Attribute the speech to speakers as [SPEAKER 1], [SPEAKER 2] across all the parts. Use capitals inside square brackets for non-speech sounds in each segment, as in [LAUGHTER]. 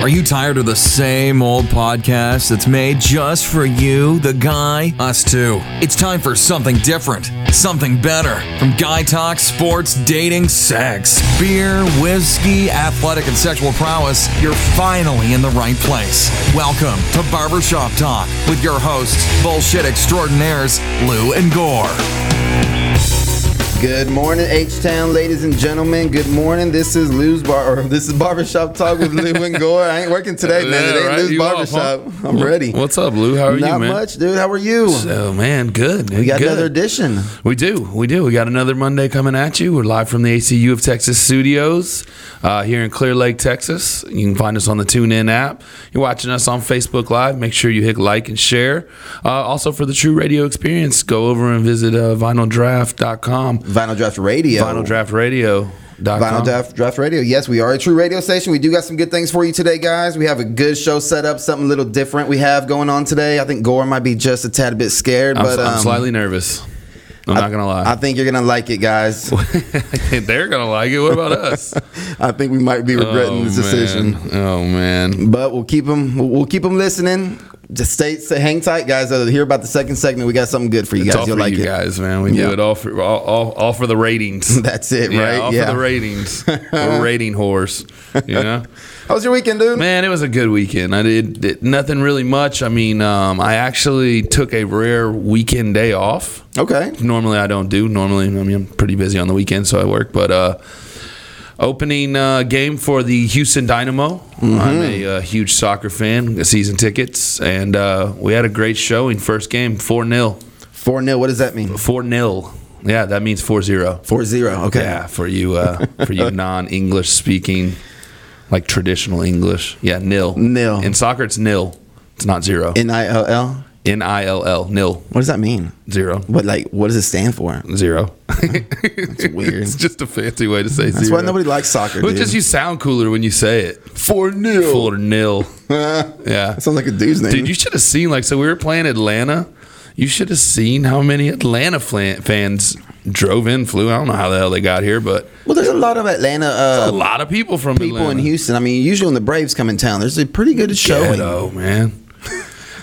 [SPEAKER 1] Are you tired of the same old podcast that's made just for you, the guy, us too? It's time for something different, something better. From guy talk, sports, dating, sex, beer, whiskey, athletic, and sexual prowess, you're finally in the right place. Welcome to Barbershop Talk with your hosts, bullshit extraordinaires, Lou and Gore.
[SPEAKER 2] Good morning, H Town, ladies and gentlemen. Good morning. This is Lou's Bar. Or this is Barbershop Talk with Lou and Gore. I ain't working today, man. It ain't
[SPEAKER 3] Yeah, right.
[SPEAKER 2] Lou's
[SPEAKER 3] You off,
[SPEAKER 2] Barbershop.
[SPEAKER 3] huh?
[SPEAKER 2] I'm ready.
[SPEAKER 3] What's up, Lou? How are
[SPEAKER 2] Not
[SPEAKER 3] you, man?
[SPEAKER 2] much, dude. How are you?
[SPEAKER 3] So, man, good.
[SPEAKER 2] we got
[SPEAKER 3] good.
[SPEAKER 2] another edition.
[SPEAKER 3] We do. We do. We got another Monday coming at you. We're live from the ACU of Texas studios uh, here in Clear Lake, Texas. You can find us on the TuneIn app. You're watching us on Facebook Live. Make sure you hit like and share. Uh, also, for the True Radio Experience, go over and visit uh, vinyldraft.com.
[SPEAKER 2] Vinyl Draft Radio.
[SPEAKER 3] Vinyl Draft Radio.
[SPEAKER 2] Vinyl Draft, Draft Radio. Yes, we are a true radio station. We do got some good things for you today, guys. We have a good show set up, something a little different we have going on today. I think Gore might be just a tad bit scared,
[SPEAKER 3] I'm,
[SPEAKER 2] but
[SPEAKER 3] I'm
[SPEAKER 2] um,
[SPEAKER 3] slightly nervous. I'm not going to
[SPEAKER 2] I
[SPEAKER 3] lie.
[SPEAKER 2] think you're gonna like it, guys.
[SPEAKER 3] [LAUGHS] They're going to like it. What about us?
[SPEAKER 2] I think we might be regretting
[SPEAKER 3] Oh,
[SPEAKER 2] this decision.
[SPEAKER 3] man. Oh, man.
[SPEAKER 2] But we'll keep them. We'll keep them listening. Just stay, stay, hang tight, guys. Uh, hear about the second segment. We got something good for you
[SPEAKER 3] It's
[SPEAKER 2] guys.
[SPEAKER 3] all
[SPEAKER 2] You'll
[SPEAKER 3] for
[SPEAKER 2] like
[SPEAKER 3] you
[SPEAKER 2] it.
[SPEAKER 3] guys, man. We
[SPEAKER 2] Yeah.
[SPEAKER 3] do it all for all, all, all for the ratings.
[SPEAKER 2] [LAUGHS] That's it,
[SPEAKER 3] yeah,
[SPEAKER 2] right?
[SPEAKER 3] All for
[SPEAKER 2] [LAUGHS]
[SPEAKER 3] the ratings. We're rating whores. You know,
[SPEAKER 2] How was your weekend, dude?
[SPEAKER 3] man, it was a good weekend. I did, did nothing really much. I mean, um, I actually took a rare weekend day off.
[SPEAKER 2] Okay.
[SPEAKER 3] Normally, I don't do. Normally, I mean, I'm pretty busy on the weekend, so I work. But uh, opening uh, game for the Houston Dynamo.
[SPEAKER 2] Mm-hmm.
[SPEAKER 3] I'm a uh, huge soccer fan. got Season tickets, and uh, we had a great showing. First game, four 0
[SPEAKER 2] Four 0 What does that mean?
[SPEAKER 3] Four 0 Yeah, that means four zero.
[SPEAKER 2] Four zero. Okay.
[SPEAKER 3] Yeah, for you uh,
[SPEAKER 2] [LAUGHS]
[SPEAKER 3] for you non English speaking, like traditional English. Yeah, nil.
[SPEAKER 2] Nil.
[SPEAKER 3] In soccer it's nil. It's not zero.
[SPEAKER 2] N i l l.
[SPEAKER 3] N I L L. Nil.
[SPEAKER 2] What does that mean?
[SPEAKER 3] Zero.
[SPEAKER 2] What like? What does it stand for?
[SPEAKER 3] Zero. [LAUGHS] It's [LAUGHS]
[SPEAKER 2] weird.
[SPEAKER 3] it's just a fancy way to say zero.
[SPEAKER 2] That's why nobody likes soccer.
[SPEAKER 3] Well,
[SPEAKER 2] Dude.
[SPEAKER 3] just you sound cooler when you say it.
[SPEAKER 2] four
[SPEAKER 3] Full
[SPEAKER 2] [LAUGHS]
[SPEAKER 3] or nil.
[SPEAKER 2] [LAUGHS] that
[SPEAKER 3] Yeah.
[SPEAKER 2] sounds like a dude's name.
[SPEAKER 3] Dude, you should have seen like so we were playing Atlanta. You should have seen how many Atlanta flan- fans drove in, flew. I don't know how the hell they got here, but
[SPEAKER 2] well, there's a lot of Atlanta
[SPEAKER 3] a
[SPEAKER 2] uh,
[SPEAKER 3] lot of people from
[SPEAKER 2] people in
[SPEAKER 3] Atlanta.
[SPEAKER 2] Houston. I mean, usually when the Braves come in town, there's a pretty good showing.
[SPEAKER 3] ghetto, man.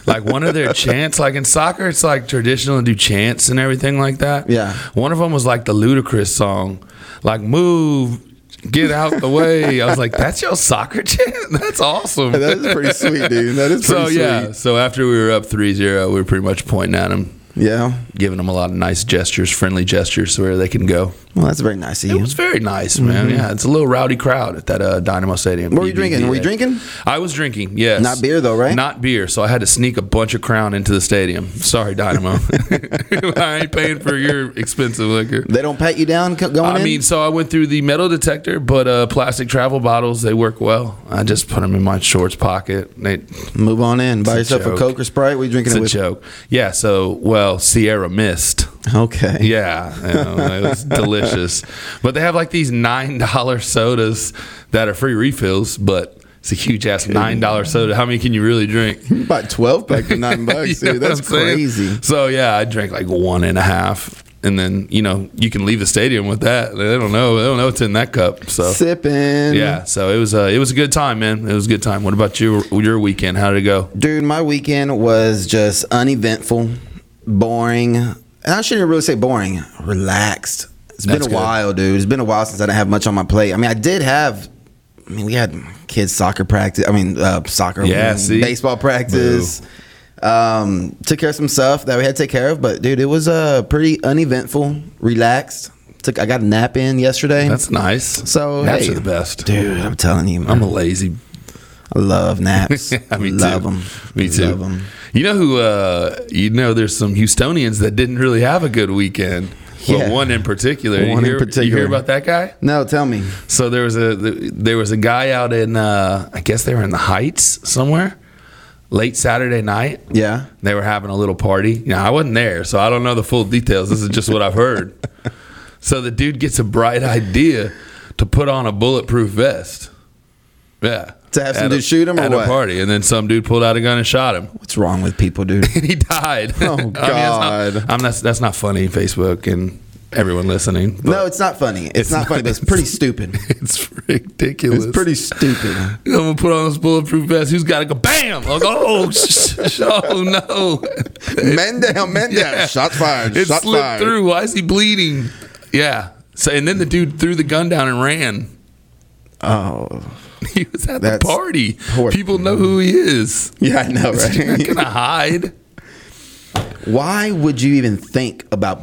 [SPEAKER 3] Like one
[SPEAKER 2] [LAUGHS]
[SPEAKER 3] of their chants, like in soccer, it's like traditional to do chants and everything like that.
[SPEAKER 2] Yeah.
[SPEAKER 3] One of them was like the ludicrous song, like "Move, get out the way." I was like, "That's your soccer [LAUGHS] chant? That's awesome."
[SPEAKER 2] that is pretty sweet, dude. That is pretty
[SPEAKER 3] [LAUGHS] so
[SPEAKER 2] sweet.
[SPEAKER 3] yeah. So after we were up 3-0, we were pretty much pointing at them,
[SPEAKER 2] Yeah.
[SPEAKER 3] giving them a lot of nice gestures, friendly gestures, where they can go.
[SPEAKER 2] Well, that's very nice of you.
[SPEAKER 3] It was very nice, man. Yeah, it's a little rowdy crowd at that uh, Dynamo Stadium.
[SPEAKER 2] Mm-hmm. What were you drinking? Were you
[SPEAKER 3] BBVA.
[SPEAKER 2] drinking?
[SPEAKER 3] I was drinking. Yes.
[SPEAKER 2] Not beer, though, right?
[SPEAKER 3] Not beer. So I had to sneak a bunch of Crown into the stadium. Sorry,
[SPEAKER 2] [LAUGHS]
[SPEAKER 3] Dynamo. [LAUGHS] I ain't paying for your expensive liquor.
[SPEAKER 2] They don't pat you down co- going in.
[SPEAKER 3] I mean, so I went through the metal detector, but uh, plastic travel bottles they work well. I just put them in my shorts pocket. They,
[SPEAKER 2] move on in. Buy
[SPEAKER 3] It's a
[SPEAKER 2] yourself a
[SPEAKER 3] joke.
[SPEAKER 2] Coke or Sprite. What are you drinking
[SPEAKER 3] it's
[SPEAKER 2] it
[SPEAKER 3] a
[SPEAKER 2] with?
[SPEAKER 3] joke. Yeah. So well,
[SPEAKER 2] [LAUGHS]
[SPEAKER 3] Sierra Mist.
[SPEAKER 2] Okay.
[SPEAKER 3] Yeah, you know, it was delicious. But they have like these nine dollar sodas that are free refills, but it's a huge ass nine dollar soda. How many can you really drink?
[SPEAKER 2] About twelve pack for
[SPEAKER 3] [LAUGHS]
[SPEAKER 2] nine bucks,
[SPEAKER 3] You know
[SPEAKER 2] dude.
[SPEAKER 3] what
[SPEAKER 2] That's
[SPEAKER 3] I'm saying?
[SPEAKER 2] crazy.
[SPEAKER 3] So yeah, I drank like one and a half, and then you know you can leave the stadium with that. They don't know. They don't know what's in that cup. So
[SPEAKER 2] Sipping.
[SPEAKER 3] yeah, so it was uh, it was a good time, man. It was a good time. What about your your weekend? How did it go?
[SPEAKER 2] Dude, my weekend was just uneventful, boring. And I shouldn't really say boring. Relaxed. It's been
[SPEAKER 3] That's
[SPEAKER 2] a
[SPEAKER 3] good.
[SPEAKER 2] while, dude. It's been a while since I didn't have much on my plate. I mean, I did have. I mean, we had kids soccer practice. I mean, uh, soccer.
[SPEAKER 3] Yeah, see?
[SPEAKER 2] baseball practice. Um, took care of some stuff that we had to take care of, but dude, it was uh pretty uneventful, relaxed. Took I got a nap in yesterday.
[SPEAKER 3] That's nice.
[SPEAKER 2] So,
[SPEAKER 3] naps
[SPEAKER 2] hey,
[SPEAKER 3] are the best,
[SPEAKER 2] dude. I'm telling you, man.
[SPEAKER 3] I'm a lazy [LAUGHS]
[SPEAKER 2] I love naps.
[SPEAKER 3] I mean,
[SPEAKER 2] love
[SPEAKER 3] too.
[SPEAKER 2] them.
[SPEAKER 3] Me too.
[SPEAKER 2] Love 'em.
[SPEAKER 3] You know who? Uh, you know, there's some Houstonians that didn't really have a good weekend.
[SPEAKER 2] Yeah.
[SPEAKER 3] Well, one in particular. You
[SPEAKER 2] One in
[SPEAKER 3] hear- You
[SPEAKER 2] particular.
[SPEAKER 3] hear about that guy?
[SPEAKER 2] No, tell me.
[SPEAKER 3] So there was a there was a guy out in uh, I guess they were in the Heights somewhere late Saturday night.
[SPEAKER 2] Yeah.
[SPEAKER 3] They were having a little party. You know, I wasn't there, so I don't know the full details. This is just what
[SPEAKER 2] [LAUGHS]
[SPEAKER 3] I've heard. So the dude gets a bright idea to put on a bulletproof vest. Yeah.
[SPEAKER 2] To have some
[SPEAKER 3] At a-
[SPEAKER 2] dude shoot him or
[SPEAKER 3] at
[SPEAKER 2] what?
[SPEAKER 3] a party, and then some dude pulled out a gun and shot him [LAUGHS]
[SPEAKER 2] What's wrong with people, dude?
[SPEAKER 3] and he died.
[SPEAKER 2] Oh,
[SPEAKER 3] [LAUGHS] I mean, that's not-
[SPEAKER 2] God.
[SPEAKER 3] I'm- that's that's not funny. Facebook and everyone listening.
[SPEAKER 2] [LAUGHS]
[SPEAKER 3] but
[SPEAKER 2] No, it's not funny. It's, not, funny, but it's pretty stupid.
[SPEAKER 3] [LAUGHS] it's ridiculous.
[SPEAKER 2] It's pretty [LAUGHS] stupid.
[SPEAKER 3] I'm gonna put on this bulletproof vest. Who's got to go? Bam! I was like, oh, [LAUGHS] sh- sh- oh no!
[SPEAKER 2] men down, men down.
[SPEAKER 3] Yeah.
[SPEAKER 2] Shots fired.
[SPEAKER 3] It
[SPEAKER 2] shots
[SPEAKER 3] slipped
[SPEAKER 2] fired.
[SPEAKER 3] through. Why is he bleeding? Yeah. So and then the dude threw the gun down and ran. [LAUGHS]
[SPEAKER 2] Oh,
[SPEAKER 3] He was at
[SPEAKER 2] That's
[SPEAKER 3] the party.
[SPEAKER 2] poor-
[SPEAKER 3] People know who he is.
[SPEAKER 2] yeah, I know,
[SPEAKER 3] [LAUGHS] He's not
[SPEAKER 2] right?
[SPEAKER 3] gonna hide.
[SPEAKER 2] [LAUGHS] Why would you even think about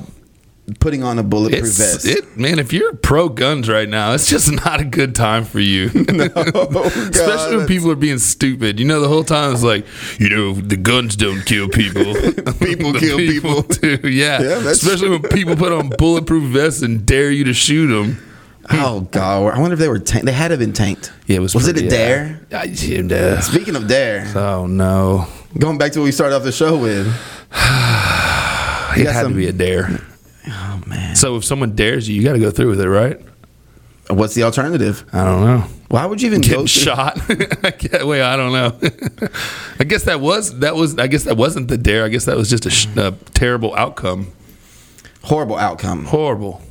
[SPEAKER 2] putting on a bulletproof
[SPEAKER 3] It's
[SPEAKER 2] vest? [LAUGHS]
[SPEAKER 3] it, man. If you're pro guns right now, it's just not a good time for you. [LAUGHS]
[SPEAKER 2] Oh, God,
[SPEAKER 3] Especially when
[SPEAKER 2] that's-
[SPEAKER 3] people are being stupid. You know, the whole time it's like, you know, the guns don't kill
[SPEAKER 2] [LAUGHS]
[SPEAKER 3] people.
[SPEAKER 2] People
[SPEAKER 3] [LAUGHS] The
[SPEAKER 2] kill people.
[SPEAKER 3] too. Yeah.
[SPEAKER 2] Yeah, that's
[SPEAKER 3] Especially when people put on bulletproof vests and dare you to shoot them.
[SPEAKER 2] Oh God! I wonder if they were tanked. They had to have been tanked. Was it a dare?
[SPEAKER 3] uh, I, yeah.
[SPEAKER 2] Speaking of dare,
[SPEAKER 3] [LAUGHS] Oh no!
[SPEAKER 2] going back to what we started off the show with.
[SPEAKER 3] It
[SPEAKER 2] got
[SPEAKER 3] had
[SPEAKER 2] some-
[SPEAKER 3] to be a dare.
[SPEAKER 2] Oh man,
[SPEAKER 3] So if someone dares you, you got to go through with it, right?
[SPEAKER 2] what's the alternative?
[SPEAKER 3] I don't know.
[SPEAKER 2] Why would you even go
[SPEAKER 3] Getting
[SPEAKER 2] through-
[SPEAKER 3] shot. [LAUGHS] I can't- Wait, I don't know. [LAUGHS] I guess that was that was. I guess that wasn't the dare. I guess that was just a, sh- a terrible outcome.
[SPEAKER 2] Horrible outcome.
[SPEAKER 3] Horrible.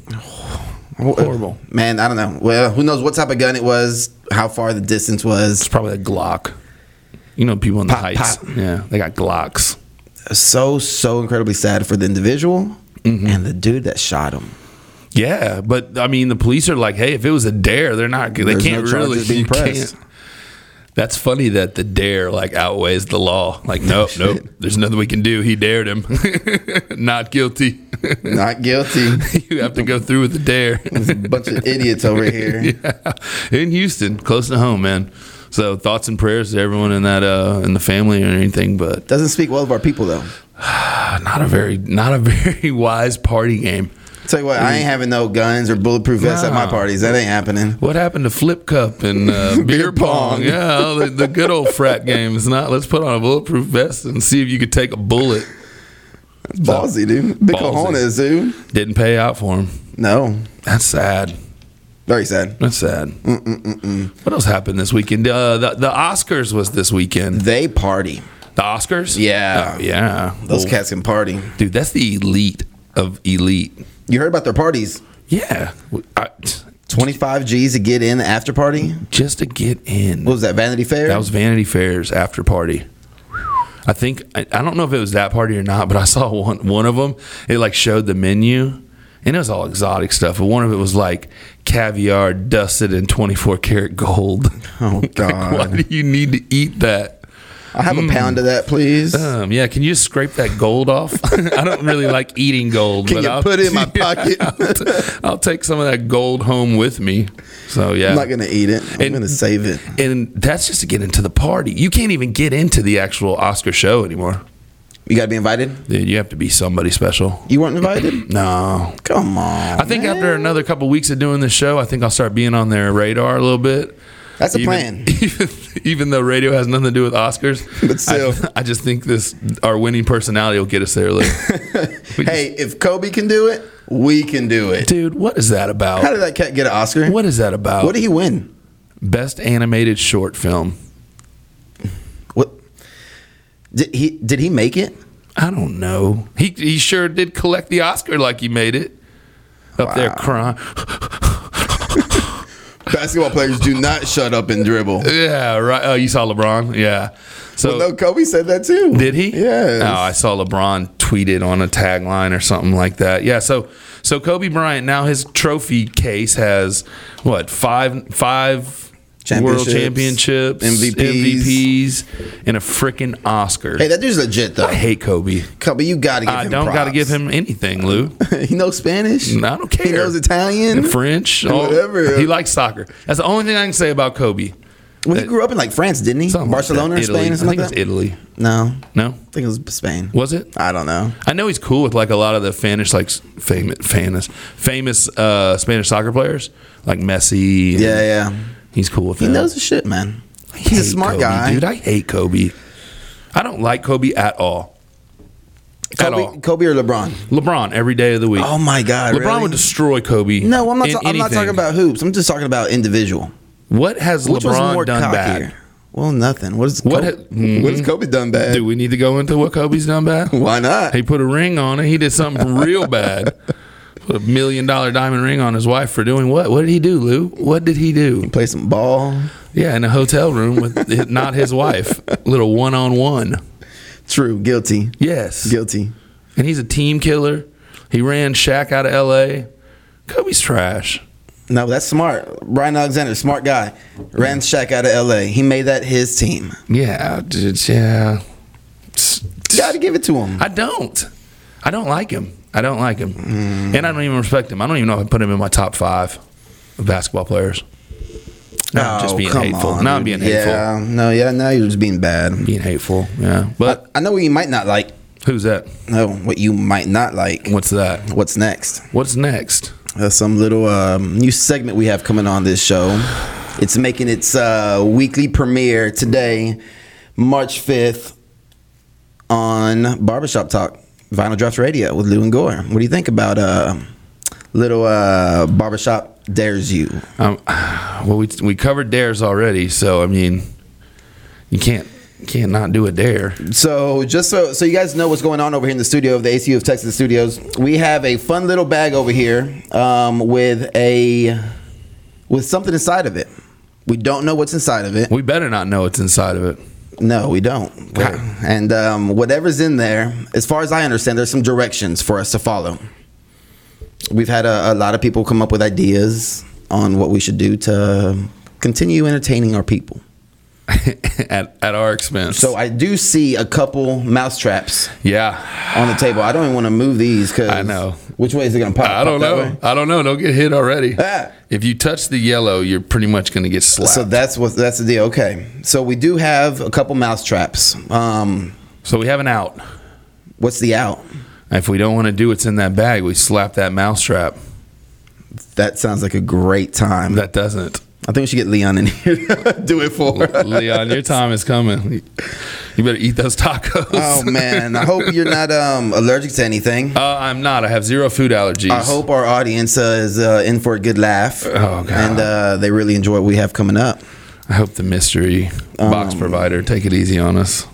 [SPEAKER 3] Horrible.
[SPEAKER 2] Man, I don't know. Well, who knows what type of gun it was, how far the distance was.
[SPEAKER 3] It's probably a Glock. You know, people in the
[SPEAKER 2] Pop,
[SPEAKER 3] heights.
[SPEAKER 2] pop.
[SPEAKER 3] Yeah, they got Glocks.
[SPEAKER 2] So so incredibly sad for the individual
[SPEAKER 3] Mm-hmm.
[SPEAKER 2] and the dude that shot him.
[SPEAKER 3] Yeah, but I mean, the police are like, "Hey, if it was a dare, they're not. They
[SPEAKER 2] There's
[SPEAKER 3] can't
[SPEAKER 2] no charges
[SPEAKER 3] really.
[SPEAKER 2] being
[SPEAKER 3] you can't."
[SPEAKER 2] pressed.
[SPEAKER 3] That's funny that the dare like outweighs the law. Like, [LAUGHS] nope, nope. There's nothing we can do. He dared him. [LAUGHS] not guilty. [LAUGHS]
[SPEAKER 2] Not guilty.
[SPEAKER 3] you have to go through with the dare. [LAUGHS]
[SPEAKER 2] Bunch of idiots over here.
[SPEAKER 3] yeah. In Houston, close to home, man. So thoughts and prayers to everyone in that uh in the family or anything, but
[SPEAKER 2] Doesn't speak well of our people though.
[SPEAKER 3] not a very not a [LAUGHS] very wise party game.
[SPEAKER 2] Tell you what, I ain't having no guns or bulletproof vests at my
[SPEAKER 3] Nah.
[SPEAKER 2] parties. That ain't happening.
[SPEAKER 3] What happened to flip cup and uh, beer,
[SPEAKER 2] Beer
[SPEAKER 3] pong?
[SPEAKER 2] pong.
[SPEAKER 3] Yeah, all the, the good old frat games. Not let's put on a bulletproof vest and see if you could take a bullet.
[SPEAKER 2] Ballsy, dude. Big
[SPEAKER 3] Ballsy.
[SPEAKER 2] cojones, dude.
[SPEAKER 3] Didn't pay out for him.
[SPEAKER 2] No.
[SPEAKER 3] That's sad.
[SPEAKER 2] Very sad.
[SPEAKER 3] That's sad. What else happened this weekend? Uh, the the Oscars was this weekend.
[SPEAKER 2] They party.
[SPEAKER 3] The Oscars.
[SPEAKER 2] Yeah.
[SPEAKER 3] Oh, yeah.
[SPEAKER 2] Those
[SPEAKER 3] Well,
[SPEAKER 2] cats can party.
[SPEAKER 3] dude. That's the elite of elite.
[SPEAKER 2] You heard about their parties.
[SPEAKER 3] Yeah. I- t-
[SPEAKER 2] 25 G's to get in the after party.
[SPEAKER 3] just to get in.
[SPEAKER 2] What was that, Vanity Fair?
[SPEAKER 3] That was Vanity Fair's after party. I think I, I don't know if it was that party or not, but I saw one one of them. It like showed the menu, and it was all exotic stuff. But one of it was like caviar dusted in twenty four karat gold. [LAUGHS]
[SPEAKER 2] Oh,
[SPEAKER 3] Why
[SPEAKER 2] God.
[SPEAKER 3] do you need to eat that?
[SPEAKER 2] I'll have
[SPEAKER 3] Mm.
[SPEAKER 2] a pound of that, please.
[SPEAKER 3] Um, yeah, can you just scrape that gold off? [LAUGHS] I don't really like eating gold.
[SPEAKER 2] Can
[SPEAKER 3] but
[SPEAKER 2] you
[SPEAKER 3] I'll,
[SPEAKER 2] put it
[SPEAKER 3] [LAUGHS]
[SPEAKER 2] in my pocket?
[SPEAKER 3] I'll, t- I'll take some of that gold home with me. So yeah,
[SPEAKER 2] I'm not going to eat it. I'm
[SPEAKER 3] And-
[SPEAKER 2] going to save it.
[SPEAKER 3] and that's just to get into the party. You can't even get into the actual Oscar show anymore.
[SPEAKER 2] You got to be invited?
[SPEAKER 3] Dude, you have to be somebody special.
[SPEAKER 2] You weren't invited?
[SPEAKER 3] No.
[SPEAKER 2] Come on.
[SPEAKER 3] I think
[SPEAKER 2] man.
[SPEAKER 3] after another couple weeks of doing this show, I think I'll start being on their radar a little bit.
[SPEAKER 2] That's a plan.
[SPEAKER 3] Even, [LAUGHS] even, even though radio has nothing to do with Oscars,
[SPEAKER 2] [LAUGHS] But still.
[SPEAKER 3] I, I just think this our winning personality will get us there. Like,
[SPEAKER 2] [LAUGHS] Hey, if Kobe can do it, we can do it.
[SPEAKER 3] dude, what is that about?
[SPEAKER 2] How did that cat get an Oscar?
[SPEAKER 3] what is that about?
[SPEAKER 2] What did he win?
[SPEAKER 3] Best animated short film.
[SPEAKER 2] What did he did he make it?
[SPEAKER 3] I don't know. He he sure did collect the Oscar like he made it. Up there crying.
[SPEAKER 2] Basketball players do not shut up and dribble.
[SPEAKER 3] Yeah, right. Oh, you saw LeBron? Yeah. So
[SPEAKER 2] No, Kobe said that too.
[SPEAKER 3] Did he?
[SPEAKER 2] Yes.
[SPEAKER 3] Oh, I saw LeBron tweeted on a tagline or something like that. Yeah. So so Kobe Bryant now his trophy case has what five five world
[SPEAKER 2] Championships,
[SPEAKER 3] championships,
[SPEAKER 2] MVPs.
[SPEAKER 3] MVPs, and a freaking Oscar.
[SPEAKER 2] Hey, that dude's legit though.
[SPEAKER 3] I hate Kobe.
[SPEAKER 2] Kobe, you gotta give
[SPEAKER 3] I
[SPEAKER 2] him
[SPEAKER 3] don't got to
[SPEAKER 2] props.
[SPEAKER 3] give him anything, Lou.
[SPEAKER 2] [LAUGHS] he knows Spanish.
[SPEAKER 3] I don't care.
[SPEAKER 2] He knows Italian.
[SPEAKER 3] French, all-
[SPEAKER 2] Whatever.
[SPEAKER 3] He likes soccer. That's the only thing I can say about Kobe.
[SPEAKER 2] Well, he grew up in like France, didn't he?
[SPEAKER 3] Something like that.
[SPEAKER 2] Barcelona or
[SPEAKER 3] Italy.
[SPEAKER 2] Spain or something
[SPEAKER 3] I
[SPEAKER 2] like
[SPEAKER 3] think
[SPEAKER 2] that.
[SPEAKER 3] it was Italy.
[SPEAKER 2] No,
[SPEAKER 3] No,
[SPEAKER 2] I think it was Spain.
[SPEAKER 3] was it?
[SPEAKER 2] I don't know.
[SPEAKER 3] I know he's cool with like a lot of the Spanish, like famous, famous, famous uh, Spanish soccer players, like Messi.
[SPEAKER 2] Yeah, yeah.
[SPEAKER 3] he's cool with
[SPEAKER 2] He
[SPEAKER 3] that.
[SPEAKER 2] knows his shit, man.
[SPEAKER 3] I
[SPEAKER 2] He's a
[SPEAKER 3] hate
[SPEAKER 2] smart
[SPEAKER 3] Kobe,
[SPEAKER 2] guy.
[SPEAKER 3] dude. I hate Kobe. I don't like Kobe at all. At
[SPEAKER 2] Kobe,
[SPEAKER 3] all.
[SPEAKER 2] Kobe or LeBron?
[SPEAKER 3] LeBron every day of the week.
[SPEAKER 2] Oh my God,
[SPEAKER 3] LeBron
[SPEAKER 2] really?
[SPEAKER 3] would destroy Kobe.
[SPEAKER 2] No, I'm not.
[SPEAKER 3] in
[SPEAKER 2] Ta- I'm not
[SPEAKER 3] anything.
[SPEAKER 2] talking about hoops. I'm just talking about individual.
[SPEAKER 3] what has
[SPEAKER 2] Which was
[SPEAKER 3] LeBron
[SPEAKER 2] more
[SPEAKER 3] done
[SPEAKER 2] cockier?
[SPEAKER 3] bad.
[SPEAKER 2] Well, nothing. What is
[SPEAKER 3] What
[SPEAKER 2] Kobe,
[SPEAKER 3] ha- Mhm.
[SPEAKER 2] what has Kobe done bad?
[SPEAKER 3] Do
[SPEAKER 2] [LAUGHS]
[SPEAKER 3] we need to go into what Kobe's done bad?
[SPEAKER 2] Why not?
[SPEAKER 3] He put a ring on it. He did something real bad. Put a million dollar diamond ring on his wife for doing what? What did he do, Lou? What did he do?
[SPEAKER 2] Play some ball.
[SPEAKER 3] Yeah, in a hotel room with not his wife. Little one on one.
[SPEAKER 2] True. Guilty.
[SPEAKER 3] Yes.
[SPEAKER 2] Guilty.
[SPEAKER 3] And he's a team killer. He ran Shaq out of LA. Kobe's trash.
[SPEAKER 2] No, that's smart. Brian Alexander, smart guy. Ran Shaq out of LA. He made that his team.
[SPEAKER 3] [LAUGHS] Yeah, dude, yeah.
[SPEAKER 2] Gotta give it to him.
[SPEAKER 3] I don't. I don't like him. I don't like him. And I don't even respect him. I don't even know if I put him in my top five of basketball players. Now I'm just
[SPEAKER 2] Oh,
[SPEAKER 3] being
[SPEAKER 2] come
[SPEAKER 3] hateful.
[SPEAKER 2] on,
[SPEAKER 3] now I'm
[SPEAKER 2] dude.
[SPEAKER 3] being hateful.
[SPEAKER 2] Yeah, no, yeah, now you're just being bad.
[SPEAKER 3] Being hateful. Yeah. But
[SPEAKER 2] I, I know what you might not like.
[SPEAKER 3] who's that?
[SPEAKER 2] No, what you might not like.
[SPEAKER 3] What's that?
[SPEAKER 2] What's next?
[SPEAKER 3] What's next?
[SPEAKER 2] That's some little um, new segment we have coming on this show. It's making its uh, weekly premiere today, March 5th, on Barbershop Talk, Vinyl Draft Radio with Lou and Gore. What do you think about uh, little uh, Barbershop Dares You?
[SPEAKER 3] Um, [SIGHS] well, we we covered dares already, so I mean, you can't you can't not do a dare.
[SPEAKER 2] So just so so you guys know what's going on over here in the studio of the ACU of Texas Studios, we have a fun little bag over here um, with a with something inside of it. We don't know what's inside of it.
[SPEAKER 3] We better not know what's inside of it.
[SPEAKER 2] No, we don't.
[SPEAKER 3] Okay.
[SPEAKER 2] And um, whatever's in there, as far as I understand, there's some directions for us to follow. We've had a, a lot of people come up with ideas on what we should do to continue entertaining our people.
[SPEAKER 3] [LAUGHS] at at our expense.
[SPEAKER 2] So I do see a couple mouse traps
[SPEAKER 3] yeah,
[SPEAKER 2] on the table. I don't even want to move these because
[SPEAKER 3] I know.
[SPEAKER 2] which way is it going to pop.
[SPEAKER 3] I don't
[SPEAKER 2] Pop that
[SPEAKER 3] know.
[SPEAKER 2] way?
[SPEAKER 3] I don't know. Don't get hit already.
[SPEAKER 2] Ah.
[SPEAKER 3] If you touch the yellow, you're pretty much going to get slapped.
[SPEAKER 2] So
[SPEAKER 3] So,
[SPEAKER 2] that's what that's the deal. Okay, so we do have a couple mouse traps. Um,
[SPEAKER 3] we have an out.
[SPEAKER 2] what's the out?
[SPEAKER 3] If we don't want to do what's in that bag, we slap that mousetrap.
[SPEAKER 2] That sounds like a great time.
[SPEAKER 3] That doesn't.
[SPEAKER 2] [LAUGHS] I think we should get Leon in [LAUGHS] here. to do it for. her.
[SPEAKER 3] Leon, your time is coming. You better eat those tacos.
[SPEAKER 2] Oh man, I hope you're not um, allergic to anything.
[SPEAKER 3] Uh, I'm not. I have zero food allergies.
[SPEAKER 2] I hope our audience uh, is uh, in for a good laugh,
[SPEAKER 3] Oh, God.
[SPEAKER 2] and uh, they really enjoy what we have coming up.
[SPEAKER 3] I hope the mystery
[SPEAKER 2] Um,
[SPEAKER 3] box provider take it easy on us.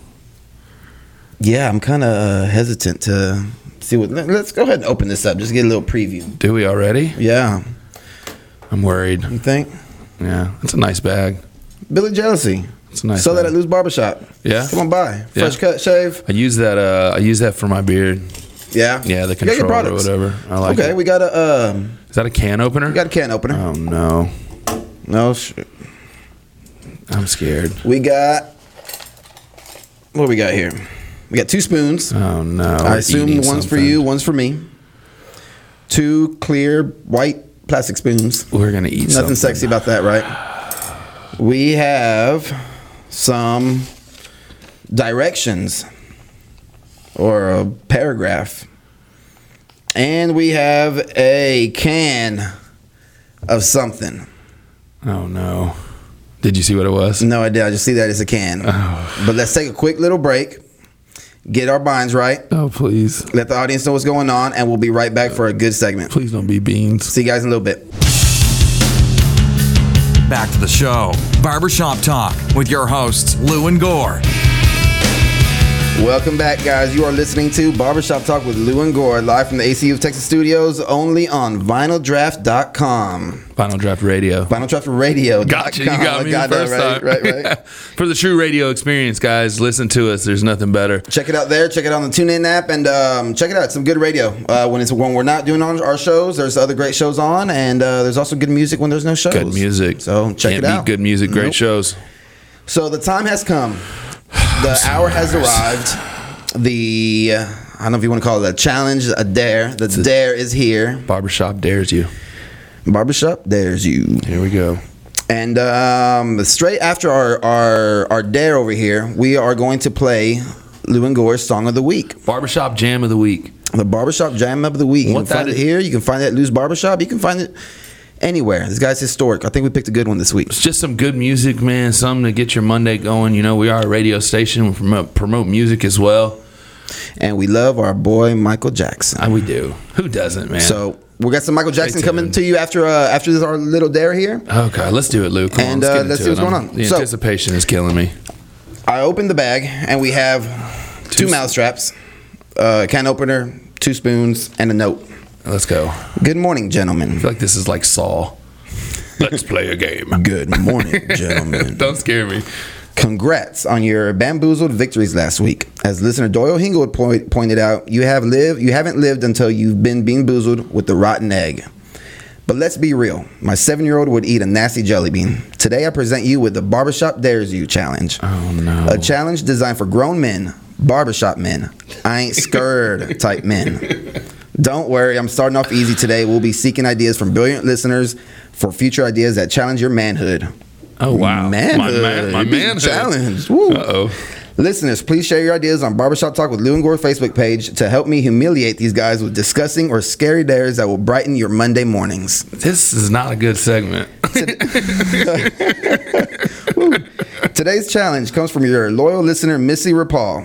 [SPEAKER 2] Yeah, I'm kind of uh, hesitant to see what. let- Let's go ahead and open this up. Just get a little preview.
[SPEAKER 3] Do we already?
[SPEAKER 2] Yeah,
[SPEAKER 3] I'm worried.
[SPEAKER 2] you think?
[SPEAKER 3] Yeah, it's a nice bag.
[SPEAKER 2] Billy Jealousy.
[SPEAKER 3] It's a nice.
[SPEAKER 2] so that
[SPEAKER 3] bag.
[SPEAKER 2] at Lou's Barbershop.
[SPEAKER 3] Yeah.
[SPEAKER 2] Come on by.
[SPEAKER 3] Yeah.
[SPEAKER 2] Fresh cut, shave.
[SPEAKER 3] I use that. Uh, I use that for my beard.
[SPEAKER 2] Yeah.
[SPEAKER 3] Yeah, the
[SPEAKER 2] You got your
[SPEAKER 3] controller or
[SPEAKER 2] products.
[SPEAKER 3] whatever. I like
[SPEAKER 2] okay,
[SPEAKER 3] it.
[SPEAKER 2] we got a um,
[SPEAKER 3] Is that a can opener?
[SPEAKER 2] we got a can opener.
[SPEAKER 3] Oh no,
[SPEAKER 2] No shit.
[SPEAKER 3] I'm scared.
[SPEAKER 2] We got what do we got here? We got two spoons.
[SPEAKER 3] Oh no.
[SPEAKER 2] I
[SPEAKER 3] we're
[SPEAKER 2] assume
[SPEAKER 3] eating
[SPEAKER 2] one's for
[SPEAKER 3] something.
[SPEAKER 2] you, one's for me. Two clear white plastic spoons.
[SPEAKER 3] We're gonna eat
[SPEAKER 2] Nothing
[SPEAKER 3] something.
[SPEAKER 2] sexy about that, right? We have some directions or a paragraph. And we have a can of something.
[SPEAKER 3] Oh no. Did you see what it was?
[SPEAKER 2] No idea. I just see that as a can. But let's take a quick little break, get our minds right,
[SPEAKER 3] Oh please,
[SPEAKER 2] let the audience know what's going on, and we'll be right back for a good segment.
[SPEAKER 3] please don't be beans.
[SPEAKER 2] See you guys in a little bit.
[SPEAKER 1] Back to the show. Barbershop Talk with your hosts, Lou and Gore.
[SPEAKER 2] Welcome back, guys. You are listening to Barbershop Talk with Lou and Gore, live from the ACU of Texas studios, only on vinyldraft.com.
[SPEAKER 3] Final draft radio.
[SPEAKER 2] Vinyldraftradio.com.
[SPEAKER 3] Gotcha, you got me the first
[SPEAKER 2] right,
[SPEAKER 3] time.
[SPEAKER 2] Right,
[SPEAKER 3] [LAUGHS]
[SPEAKER 2] right.
[SPEAKER 3] For the true radio experience, guys, listen to us. There's nothing better.
[SPEAKER 2] check it out there. Check it out on the TuneIn app, and um, check it out. Some good radio uh, when it's when we're not doing on our shows. There's other great shows on, and uh, there's also good music when there's no shows.
[SPEAKER 3] Good music.
[SPEAKER 2] So check
[SPEAKER 3] Can't
[SPEAKER 2] it
[SPEAKER 3] beat
[SPEAKER 2] out.
[SPEAKER 3] Good music, great
[SPEAKER 2] Nope.
[SPEAKER 3] shows.
[SPEAKER 2] So the time has come.
[SPEAKER 3] [SIGHS]
[SPEAKER 2] The hour has arrived. The uh, I don't know if you want to call it a challenge, a dare. The dare is here.
[SPEAKER 3] Barbershop dares you.
[SPEAKER 2] Barbershop, there's you.
[SPEAKER 3] Here we go.
[SPEAKER 2] And um, straight after our, our our dare over here, we are going to play Lou and Gore's song of the week,
[SPEAKER 3] Barbershop jam of the week.
[SPEAKER 2] the barbershop jam up of the week. You
[SPEAKER 3] What
[SPEAKER 2] can find
[SPEAKER 3] that
[SPEAKER 2] it
[SPEAKER 3] is-
[SPEAKER 2] here. You can find it at Lou's Barbershop. You can find it anywhere. This guy's historic. I think we picked a good one this week.
[SPEAKER 3] It's just some good music, man. Something to get your Monday going. You know, we are a radio station. We promote, promote music as well.
[SPEAKER 2] And we love our boy Michael Jackson.
[SPEAKER 3] Uh, we do. Who doesn't, man?
[SPEAKER 2] So we got some Michael Jackson coming
[SPEAKER 3] tuned.
[SPEAKER 2] to you after uh, after this our little dare here.
[SPEAKER 3] okay, Oh, let's do it, Luke. Come
[SPEAKER 2] And,
[SPEAKER 3] on, let's
[SPEAKER 2] uh,
[SPEAKER 3] get
[SPEAKER 2] let's
[SPEAKER 3] into
[SPEAKER 2] see what's
[SPEAKER 3] it.
[SPEAKER 2] going
[SPEAKER 3] I'm-
[SPEAKER 2] on.
[SPEAKER 3] The
[SPEAKER 2] So-
[SPEAKER 3] anticipation is killing me.
[SPEAKER 2] I opened the bag and we have two, uh,
[SPEAKER 3] Two s-
[SPEAKER 2] mouse traps, a can opener, two spoons, and a note.
[SPEAKER 3] Let's go. I
[SPEAKER 2] Good morning, gentlemen.
[SPEAKER 3] feel like this is like Saul. Let's play a game.
[SPEAKER 2] Good
[SPEAKER 3] [LAUGHS]
[SPEAKER 2] morning, gentlemen.
[SPEAKER 3] Don't scare me.
[SPEAKER 2] Congrats on your bamboozled victories last week. As listener Doyle Hinglewood point, pointed out, you have lived you haven't lived until you've been bamboozled with the rotten egg. But let's be real. My seven-year-old would eat a nasty jelly bean. Today I present you with the Barbershop Dares You challenge.
[SPEAKER 3] Oh, no.
[SPEAKER 2] A challenge designed for grown men, barbershop men, I
[SPEAKER 3] [LAUGHS]
[SPEAKER 2] ain't scared type men. Don't worry, I'm starting off easy today. We'll be seeking ideas from brilliant listeners for future ideas that challenge your manhood.
[SPEAKER 3] Oh wow,
[SPEAKER 2] Manhood.
[SPEAKER 3] my man, my
[SPEAKER 2] You're being
[SPEAKER 3] manhood.
[SPEAKER 2] challenged. Woo.
[SPEAKER 3] Uh-oh.
[SPEAKER 2] Listeners, please share your ideas on Barbershop Talk with Lou and Gore Facebook page to help me humiliate these guys with disgusting or scary dares that will brighten your Monday mornings.
[SPEAKER 3] This is not a good
[SPEAKER 2] [LAUGHS]
[SPEAKER 3] segment.
[SPEAKER 2] Today's challenge comes from your loyal listener, Missy Rapal.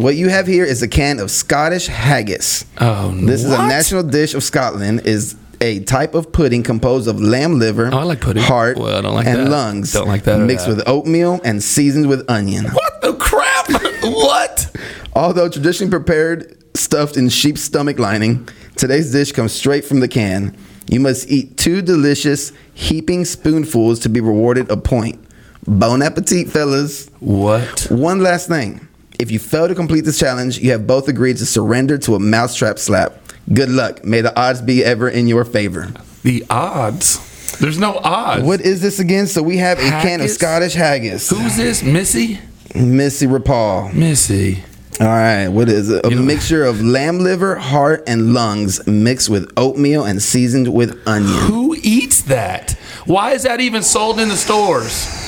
[SPEAKER 2] What you have here is a can of Scottish haggis.
[SPEAKER 3] Oh,
[SPEAKER 2] This is
[SPEAKER 3] what?
[SPEAKER 2] a national dish of Scotland. is a type of pudding composed of lamb liver,
[SPEAKER 3] Oh, I like pudding.
[SPEAKER 2] heart,
[SPEAKER 3] Well, I don't like
[SPEAKER 2] and
[SPEAKER 3] that.
[SPEAKER 2] lungs.
[SPEAKER 3] Don't like that or
[SPEAKER 2] Mixed
[SPEAKER 3] that.
[SPEAKER 2] with oatmeal and seasoned with onion.
[SPEAKER 3] What the crap? [LAUGHS] what?
[SPEAKER 2] Although traditionally prepared, stuffed in sheep's stomach lining, today's dish comes straight from the can. You must eat two delicious heaping spoonfuls to be rewarded a point. Bon appetit, fellas.
[SPEAKER 3] What?
[SPEAKER 2] One last thing. If you fail to complete this challenge, you have both agreed to surrender to a mousetrap slap. Good luck. May the odds be ever in your favor.
[SPEAKER 3] The odds? There's no odds.
[SPEAKER 2] What is this again? So we have a can of
[SPEAKER 3] Haggis?
[SPEAKER 2] Scottish haggis.
[SPEAKER 3] Who's this, Missy?
[SPEAKER 2] Missy Rapal.
[SPEAKER 3] Missy.
[SPEAKER 2] All right, what is it? A
[SPEAKER 3] You know-
[SPEAKER 2] mixture of lamb liver, heart, and lungs mixed with oatmeal and seasoned with onion.
[SPEAKER 3] Who eats that? Why is that even sold in the stores?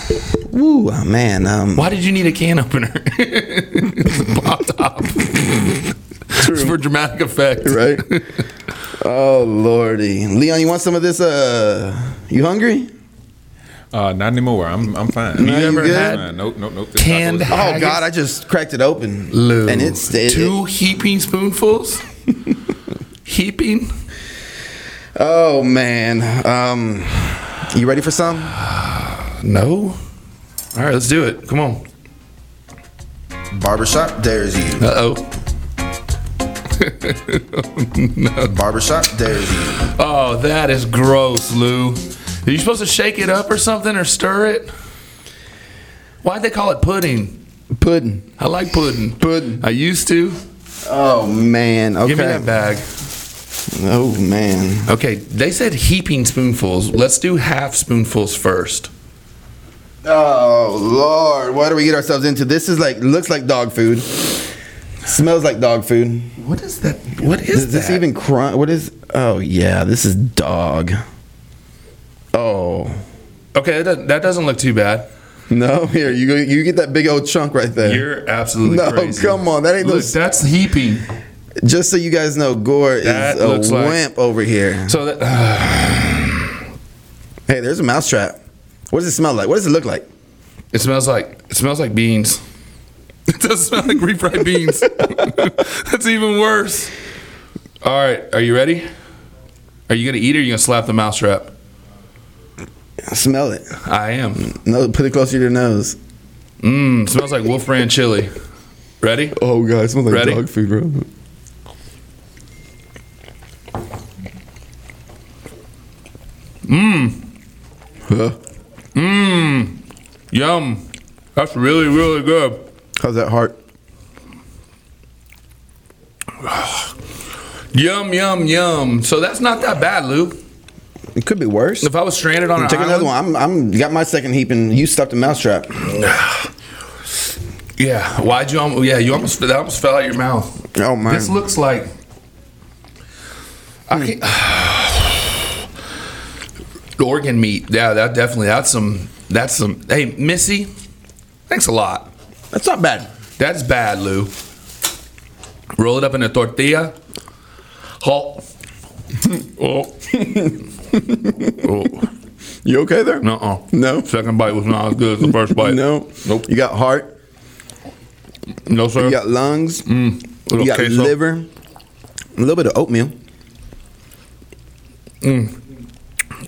[SPEAKER 2] Woo, oh, man. Um,
[SPEAKER 3] Why did you need a can opener? [LAUGHS] It's popped up. It's for dramatic effect.
[SPEAKER 2] [LAUGHS]
[SPEAKER 3] [LAUGHS]
[SPEAKER 2] Right? oh, lordy. Leon, you want some of this? Uh, You hungry?
[SPEAKER 4] Uh, not anymore. I'm I'm fine.
[SPEAKER 2] You
[SPEAKER 4] I'm
[SPEAKER 2] ever
[SPEAKER 4] fine.
[SPEAKER 3] had
[SPEAKER 4] Nope, nope, nope. This
[SPEAKER 3] canned
[SPEAKER 4] taco is-
[SPEAKER 2] Oh,
[SPEAKER 3] Haggis?
[SPEAKER 2] God, I just cracked it open.
[SPEAKER 3] Lou.
[SPEAKER 2] And it's. It,
[SPEAKER 3] two heaping spoonfuls?
[SPEAKER 2] [LAUGHS]
[SPEAKER 3] heaping?
[SPEAKER 2] oh, man. Um, you ready for some?
[SPEAKER 3] No. All right, let's do it. Come on.
[SPEAKER 2] Barbershop dares you.
[SPEAKER 3] Uh oh.
[SPEAKER 2] Barbershop dares you.
[SPEAKER 3] Oh, that is gross, Lou. Are you supposed to shake it up or something or stir it? Why'd they call it pudding?
[SPEAKER 2] Pudding.
[SPEAKER 3] I like pudding.
[SPEAKER 2] Pudding.
[SPEAKER 3] I used to.
[SPEAKER 2] Oh, man. Okay.
[SPEAKER 3] Give me that bag.
[SPEAKER 2] Oh, man.
[SPEAKER 3] Okay, they said heaping spoonfuls. Let's do half spoonfuls first.
[SPEAKER 2] Oh Lord, what do we get ourselves into? This is like looks like dog food, smells like dog food.
[SPEAKER 3] What is that? What is,
[SPEAKER 2] Is this
[SPEAKER 3] that?
[SPEAKER 2] even crunch? What is? Oh yeah, this is dog. Oh
[SPEAKER 3] Okay, that doesn't, that doesn't look too bad.
[SPEAKER 2] no, [LAUGHS] here you go. You get that big old chunk right there.
[SPEAKER 3] You're absolutely
[SPEAKER 2] No,
[SPEAKER 3] crazy.
[SPEAKER 2] come on, that ain't no
[SPEAKER 3] Look,
[SPEAKER 2] s-
[SPEAKER 3] that's heaping.
[SPEAKER 2] Just so you guys know, Gore is
[SPEAKER 3] That
[SPEAKER 2] a
[SPEAKER 3] looks like-
[SPEAKER 2] wimp over here.
[SPEAKER 3] So that
[SPEAKER 2] Hey, there's a mousetrap. What does it smell like? What does it look like?
[SPEAKER 3] It smells like it smells like beans. [LAUGHS] It doesn't smell like refried beans. [LAUGHS] That's even worse. All right, are you ready? Are you gonna eat or are you gonna slap the mousetrap?
[SPEAKER 2] Smell it.
[SPEAKER 3] I am.
[SPEAKER 2] No, put it closer to your nose.
[SPEAKER 3] Mm, smells like Wolf Brand chili. Ready?
[SPEAKER 2] Oh god, it smells like
[SPEAKER 3] Ready?
[SPEAKER 2] dog food, bro. Mmm.
[SPEAKER 3] Yum. That's really really good.
[SPEAKER 2] How's that heart?
[SPEAKER 3] Yum yum yum. So that's not that bad, Lou.
[SPEAKER 2] It could be worse.
[SPEAKER 3] If I was stranded on an
[SPEAKER 2] Take another
[SPEAKER 3] island-
[SPEAKER 2] one. I'm, I'm got my second heap, and you stuffed a mousetrap.
[SPEAKER 3] Yeah. Why'd you? Almost, yeah, you almost that almost fell out your mouth.
[SPEAKER 2] Oh man,
[SPEAKER 3] This looks like. I can't. [SIGHS] Organ meat. Yeah, that definitely. That's some. That's some. Hey, Missy. Thanks a lot.
[SPEAKER 2] that's not bad.
[SPEAKER 3] That's bad, Lou. Roll it up in a tortilla. Halt. [LAUGHS] Oh. oh.
[SPEAKER 2] You okay there?
[SPEAKER 3] Nuh-uh.
[SPEAKER 2] No.
[SPEAKER 3] Second bite was not as good as the first bite.
[SPEAKER 2] No.
[SPEAKER 3] Nope.
[SPEAKER 2] You got heart.
[SPEAKER 3] No, sir.
[SPEAKER 2] You got lungs.
[SPEAKER 3] Mm,
[SPEAKER 2] You
[SPEAKER 3] Little
[SPEAKER 2] got
[SPEAKER 3] queso.
[SPEAKER 2] liver. A little bit of oatmeal.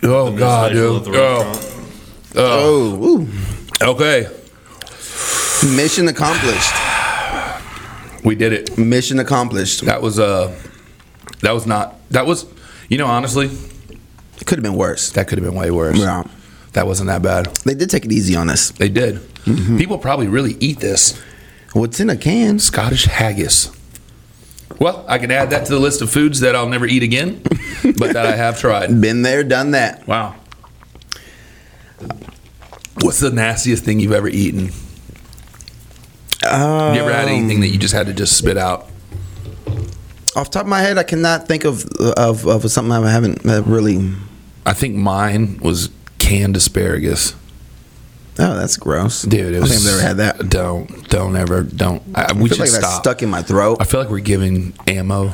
[SPEAKER 3] Oh, God,
[SPEAKER 4] Slice
[SPEAKER 3] dude.
[SPEAKER 4] of the restaurant.
[SPEAKER 3] Oh.
[SPEAKER 2] Oh,
[SPEAKER 3] Okay.
[SPEAKER 2] ooh. mission accomplished.
[SPEAKER 3] We did it.
[SPEAKER 2] Mission accomplished.
[SPEAKER 3] That was uh That was not. That was. You know, honestly,
[SPEAKER 2] It could have been worse.
[SPEAKER 3] that could have been way worse.
[SPEAKER 2] Yeah.
[SPEAKER 3] That wasn't that bad.
[SPEAKER 2] They did take it easy on us.
[SPEAKER 3] They did. People probably really eat this
[SPEAKER 2] What's in a can?
[SPEAKER 3] Scottish haggis. Well, I can add that to the list of foods that I'll never eat again, but that I have tried.
[SPEAKER 2] Been there, done that.
[SPEAKER 3] Wow. What's the nastiest thing you've ever eaten?
[SPEAKER 2] Um,
[SPEAKER 3] You ever
[SPEAKER 2] Oh,
[SPEAKER 3] had anything that you just had to just spit out?
[SPEAKER 2] Off the top of my head, I cannot think of of, of something I haven't uh, really.
[SPEAKER 3] I think mine was canned asparagus.
[SPEAKER 2] Oh, that's gross,
[SPEAKER 3] Dude, it
[SPEAKER 2] I
[SPEAKER 3] was,
[SPEAKER 2] think I've never had that. I
[SPEAKER 3] Don't, don't ever, don't. I,
[SPEAKER 2] feel
[SPEAKER 3] we should
[SPEAKER 2] like that's
[SPEAKER 3] stop.
[SPEAKER 2] stuck in my throat.
[SPEAKER 3] I feel like we're giving ammo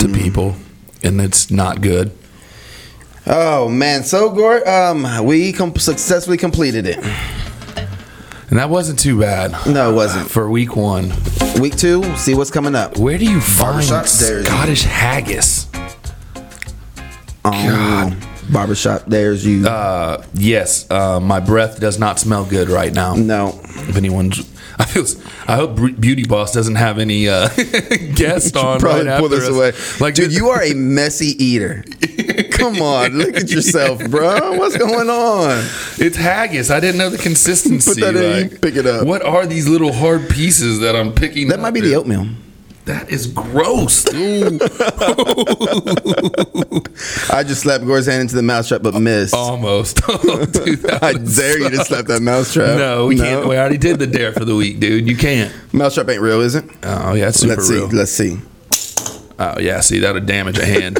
[SPEAKER 3] to
[SPEAKER 2] Mm.
[SPEAKER 3] people, and it's not good.
[SPEAKER 2] Oh man, so Gort, um, we com- successfully completed it.
[SPEAKER 3] And that wasn't too bad.
[SPEAKER 2] No, it wasn't.
[SPEAKER 3] For week one,
[SPEAKER 2] Week two, see what's coming up.
[SPEAKER 3] where do you find
[SPEAKER 2] Barbershop Dairy.
[SPEAKER 3] Scottish haggis?
[SPEAKER 2] Um, barbershop, there's you.
[SPEAKER 3] Uh, yes, uh, my breath does not smell good right now.
[SPEAKER 2] no,
[SPEAKER 3] If anyone's, I feel, I hope Bre- Beauty Boss doesn't have any uh, [LAUGHS]
[SPEAKER 2] [LAUGHS]
[SPEAKER 3] guest on.
[SPEAKER 2] probably
[SPEAKER 3] right
[SPEAKER 2] pull
[SPEAKER 3] after
[SPEAKER 2] this
[SPEAKER 3] us.
[SPEAKER 2] away.
[SPEAKER 3] Like,
[SPEAKER 2] dude, you are a messy
[SPEAKER 3] [LAUGHS]
[SPEAKER 2] eater. Come on, look at yourself, bro. What's going
[SPEAKER 3] [LAUGHS]
[SPEAKER 2] on?
[SPEAKER 3] It's haggis. I didn't know the
[SPEAKER 2] Put
[SPEAKER 3] consistency.
[SPEAKER 2] that in,
[SPEAKER 3] like,
[SPEAKER 2] you pick it up.
[SPEAKER 3] What are these little hard pieces that I'm picking?
[SPEAKER 2] That
[SPEAKER 3] up,
[SPEAKER 2] might be the
[SPEAKER 3] dude?
[SPEAKER 2] oatmeal.
[SPEAKER 3] That is
[SPEAKER 2] [LAUGHS]
[SPEAKER 3] gross. Ooh.
[SPEAKER 2] I just slapped Gore's hand into the mousetrap, but missed.
[SPEAKER 3] Almost. [LAUGHS] Oh, dude, that
[SPEAKER 2] [LAUGHS] I
[SPEAKER 3] was-
[SPEAKER 2] dare you to slap that mousetrap.
[SPEAKER 3] No, we can't. We already did the dare for the week, dude. You can't.
[SPEAKER 2] Mousetrap ain't real, is it?
[SPEAKER 3] Oh yeah, it's super
[SPEAKER 2] Let's
[SPEAKER 3] real.
[SPEAKER 2] see. Let's see.
[SPEAKER 3] Oh yeah, see that'll damage a
[SPEAKER 2] [LAUGHS]
[SPEAKER 3] hand.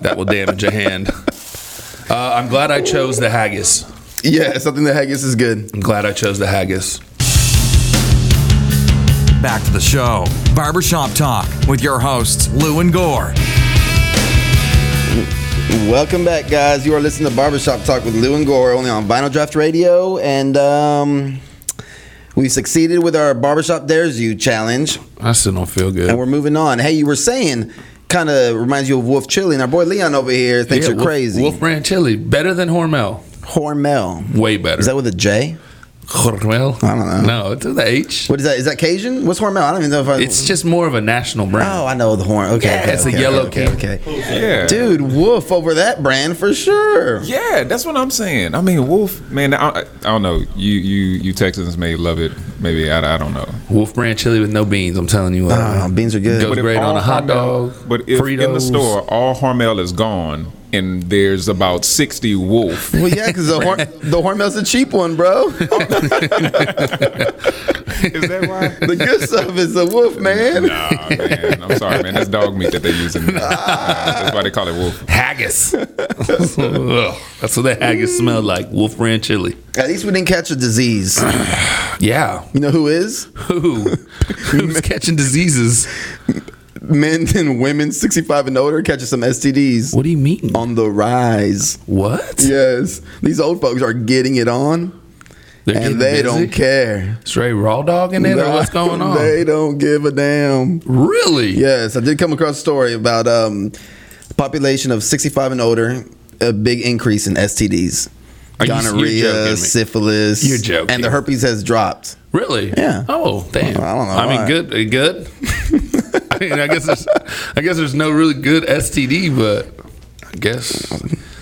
[SPEAKER 3] that will damage a hand. Uh, I'm glad I chose the haggis.
[SPEAKER 2] Yeah, something that haggis is good.
[SPEAKER 3] I'm glad I chose the haggis.
[SPEAKER 1] Back to the show. Barbershop Talk with your hosts, Lou and Gore.
[SPEAKER 2] Welcome back, guys. You are listening to Barbershop Talk with Lou and Gore, only on Vinyl Draft Radio, and um, we succeeded with our Barbershop Dares You challenge,
[SPEAKER 3] I still don't feel good.
[SPEAKER 2] and we're moving on. Hey, you were saying, kind of reminds you of Wolf Chili, and our boy Leon over here thinks
[SPEAKER 3] Yeah,
[SPEAKER 2] you're
[SPEAKER 3] Wolf-
[SPEAKER 2] crazy.
[SPEAKER 3] Wolf Brand chili better than Hormel.
[SPEAKER 2] Hormel.
[SPEAKER 3] Way better.
[SPEAKER 2] Is that with a J?
[SPEAKER 3] Hormel?
[SPEAKER 2] I don't know.
[SPEAKER 3] No, it's with the H.
[SPEAKER 2] What is that? Is that Cajun? What's Hormel? I don't even know if I.
[SPEAKER 3] It's just more of a national brand.
[SPEAKER 2] oh, I know the horn. Okay,
[SPEAKER 3] Yeah,
[SPEAKER 2] okay,
[SPEAKER 3] it's a
[SPEAKER 2] okay,
[SPEAKER 3] yellow
[SPEAKER 2] Okay,
[SPEAKER 3] can.
[SPEAKER 2] okay.
[SPEAKER 4] Yeah.
[SPEAKER 2] Dude, Wolf over that brand for sure.
[SPEAKER 4] Yeah, that's what I'm saying. I mean, Wolf, man. I, I don't know. You, you, you Texans may love it. Maybe I, I don't know.
[SPEAKER 3] Wolf brand chili with no beans. I'm telling you. what.
[SPEAKER 2] Ah, beans are good.
[SPEAKER 3] Goes
[SPEAKER 4] if
[SPEAKER 3] great on
[SPEAKER 4] all
[SPEAKER 3] a hot
[SPEAKER 4] Hormel-
[SPEAKER 3] dog.
[SPEAKER 4] But if in the
[SPEAKER 3] Fritos.
[SPEAKER 4] store all Hormel is gone and there's about
[SPEAKER 3] [LAUGHS]
[SPEAKER 4] sixty Wolf,
[SPEAKER 2] Well, yeah, because the, hor- the Hormel's a cheap one, bro. [LAUGHS]
[SPEAKER 4] is that why?
[SPEAKER 2] The good stuff is the wolf, man.
[SPEAKER 4] [LAUGHS] Nah, man. I'm sorry, man. That's dog meat that
[SPEAKER 3] [LAUGHS]
[SPEAKER 4] they use in there. That's why they call it Wolf.
[SPEAKER 2] [LAUGHS]
[SPEAKER 3] haggis. Ugh, that's what that haggis smelled like. Wolf brand chili.
[SPEAKER 2] At least we didn't catch a disease.
[SPEAKER 3] Yeah.
[SPEAKER 2] You know who
[SPEAKER 3] [LAUGHS]
[SPEAKER 2] is? [LAUGHS]
[SPEAKER 3] Who? Who's catching diseases?
[SPEAKER 2] Men and women 65 and older catching some STDs
[SPEAKER 3] What do you mean?
[SPEAKER 2] on the rise.
[SPEAKER 3] What?
[SPEAKER 2] Yes. These old folks are getting it on
[SPEAKER 3] They're getting
[SPEAKER 2] and they
[SPEAKER 3] busy?
[SPEAKER 2] don't care.
[SPEAKER 3] Straight raw dog in there? or
[SPEAKER 2] [LAUGHS]
[SPEAKER 3] what's going on?
[SPEAKER 2] They don't give a damn.
[SPEAKER 3] really?
[SPEAKER 2] Yes, I did come across a story about um population of 65 and older, a big increase in STDs.
[SPEAKER 3] Are you- you're joking me.
[SPEAKER 2] Gonorrhea, syphilis.
[SPEAKER 3] You're joking.
[SPEAKER 2] And the herpes has dropped.
[SPEAKER 3] Really?
[SPEAKER 2] Yeah.
[SPEAKER 3] Oh, damn.
[SPEAKER 2] Well, I don't know
[SPEAKER 3] I mean,
[SPEAKER 2] why.
[SPEAKER 3] good. uh,
[SPEAKER 2] [LAUGHS]
[SPEAKER 3] Good. I mean, I guess there's, I guess there's no really good STD, but
[SPEAKER 2] [LAUGHS]
[SPEAKER 3] I guess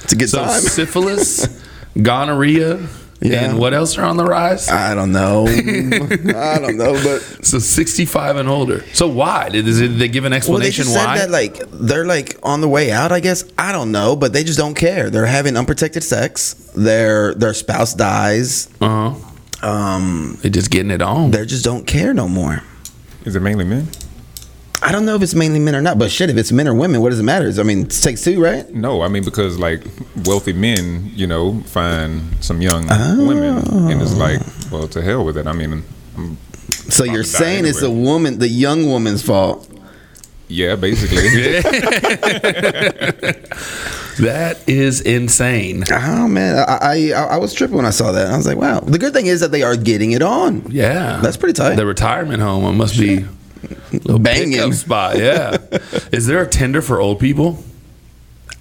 [SPEAKER 2] It's a good
[SPEAKER 3] so.
[SPEAKER 2] time.
[SPEAKER 3] Syphilis, gonorrhea,
[SPEAKER 2] Yeah.
[SPEAKER 3] and what else are on the
[SPEAKER 2] [LAUGHS]
[SPEAKER 3] rise?
[SPEAKER 2] I don't [LAUGHS] know. I don't know, but
[SPEAKER 3] So 65 and older. So why did, is it, did they give
[SPEAKER 2] well,
[SPEAKER 3] an
[SPEAKER 2] they
[SPEAKER 3] explanation
[SPEAKER 2] just said
[SPEAKER 3] why?
[SPEAKER 2] that like they're like on the way out. I guess I don't know, but they just don't care. They're having unprotected sex. Their their spouse dies.
[SPEAKER 3] uh huh.
[SPEAKER 2] Um,
[SPEAKER 3] They just getting it on.
[SPEAKER 2] they just don't care no more.
[SPEAKER 4] Is it mainly men?
[SPEAKER 2] I don't know if it's mainly men or not, but shit, if it's men or women, what does it matter? I mean, it takes two, right?
[SPEAKER 4] No, I mean because like wealthy men, you know, find some young women, and it's like, well, to hell with it. I mean, I'm,
[SPEAKER 2] So you're
[SPEAKER 4] to die
[SPEAKER 2] saying it's the
[SPEAKER 4] anyway.
[SPEAKER 2] woman, the young woman's fault.
[SPEAKER 4] yeah, basically.
[SPEAKER 3] That is insane.
[SPEAKER 2] Oh man, I, I I was tripping when I saw that. I was like, wow. The good thing is that they are getting it on.
[SPEAKER 3] Yeah,
[SPEAKER 2] That's pretty tight.
[SPEAKER 3] The retirement home must be a little
[SPEAKER 2] Banging.
[SPEAKER 3] pickup
[SPEAKER 2] [LAUGHS]
[SPEAKER 3] spot. Yeah, is there a Tinder for old people?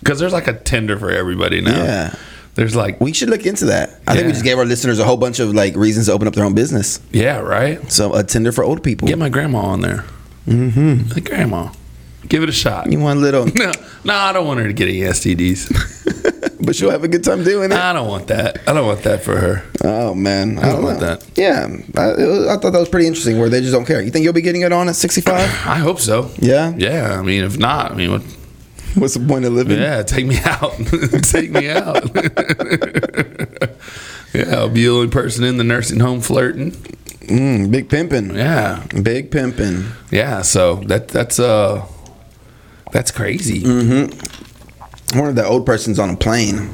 [SPEAKER 3] Because there's like a Tinder for everybody now.
[SPEAKER 2] Yeah.
[SPEAKER 3] there's like
[SPEAKER 2] We should look into that. I think
[SPEAKER 3] Yeah.
[SPEAKER 2] we just gave our listeners a whole bunch of like reasons to open up their own business.
[SPEAKER 3] yeah, right.
[SPEAKER 2] So a Tinder for old people.
[SPEAKER 3] Get my grandma on there. Mm-hmm. grandma, Give it a shot.
[SPEAKER 2] You want a
[SPEAKER 3] [LAUGHS]
[SPEAKER 2] little,
[SPEAKER 3] No, no, I don't want her to get E any
[SPEAKER 2] [LAUGHS]
[SPEAKER 3] STDs.
[SPEAKER 2] but you'll have a good time doing it.
[SPEAKER 3] I don't want that. I don't want that for her.
[SPEAKER 2] Oh man, I
[SPEAKER 3] Ah. don't want that.
[SPEAKER 2] Yeah, I, it was- I thought that was pretty interesting. Where they just don't care. You think you'll be getting it on at sixty
[SPEAKER 3] [SIGHS]
[SPEAKER 2] five?
[SPEAKER 3] I hope so.
[SPEAKER 2] Yeah?
[SPEAKER 3] Yeah. I mean, if not, I mean, what,
[SPEAKER 2] What's the point of living?
[SPEAKER 3] yeah, take me out. [LAUGHS] take me out. [LAUGHS] yeah, I'll be the only person in the nursing home flirting.
[SPEAKER 2] Mm, big pimping.
[SPEAKER 3] Yeah.
[SPEAKER 2] Big pimping.
[SPEAKER 3] Yeah. So that that's uh that's crazy.
[SPEAKER 2] I wonder if that old person's on a plane.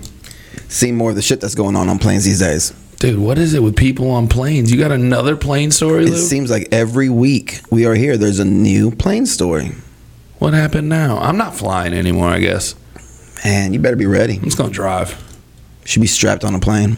[SPEAKER 2] Seeing more of the shit that's going on on planes these days.
[SPEAKER 3] Dude, what is it with people on planes? You got another plane story,
[SPEAKER 2] It
[SPEAKER 3] Lou?
[SPEAKER 2] seems like every week we are here. There's a new plane story.
[SPEAKER 3] what happened now? I'm not flying anymore, I guess.
[SPEAKER 2] Man, you better be ready.
[SPEAKER 3] I'm just gonna drive.
[SPEAKER 2] Should be strapped on a plane.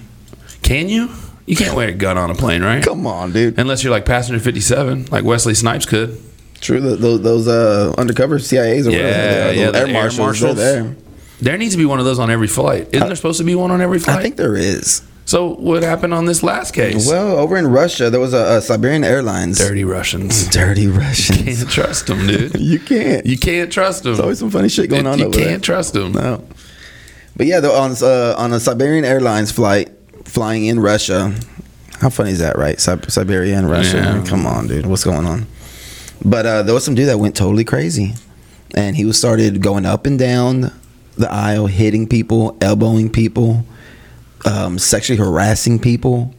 [SPEAKER 3] Can you? You can't wear a gun on a plane, right?
[SPEAKER 2] Come on, dude.
[SPEAKER 3] Unless you're like passenger 57, like Wesley Snipes could.
[SPEAKER 2] True. tho- Those, those uh, undercover CIAs or whatever. they are,
[SPEAKER 3] Yeah,
[SPEAKER 2] those
[SPEAKER 3] yeah, the air marshals.
[SPEAKER 2] they're there.
[SPEAKER 3] There needs to be one of those on every flight. Isn't there supposed to be one on every flight?
[SPEAKER 2] I think there is.
[SPEAKER 3] so what happened on this last case?
[SPEAKER 2] Well, over in Russia, there was a, a Siberian Airlines.
[SPEAKER 3] Dirty
[SPEAKER 2] [LAUGHS]
[SPEAKER 3] Russians.
[SPEAKER 2] Dirty
[SPEAKER 3] can't
[SPEAKER 2] Russians.
[SPEAKER 3] trust them,
[SPEAKER 2] [LAUGHS]
[SPEAKER 3] dude.
[SPEAKER 2] you can't.
[SPEAKER 3] [LAUGHS] You can't trust them.
[SPEAKER 2] There's always some funny shit going on
[SPEAKER 3] You
[SPEAKER 2] over there.
[SPEAKER 3] can't trust them.
[SPEAKER 2] No. But yeah, though on uh, on a Siberian Airlines flight flying in Russia. How funny is that, right? Sib- Siberia and Russia.
[SPEAKER 3] Yeah.
[SPEAKER 2] Come on, dude. What's going on? But uh, there was some dude that went totally crazy, and he was started going up and down the aisle, hitting people, elbowing people, um, sexually harassing people,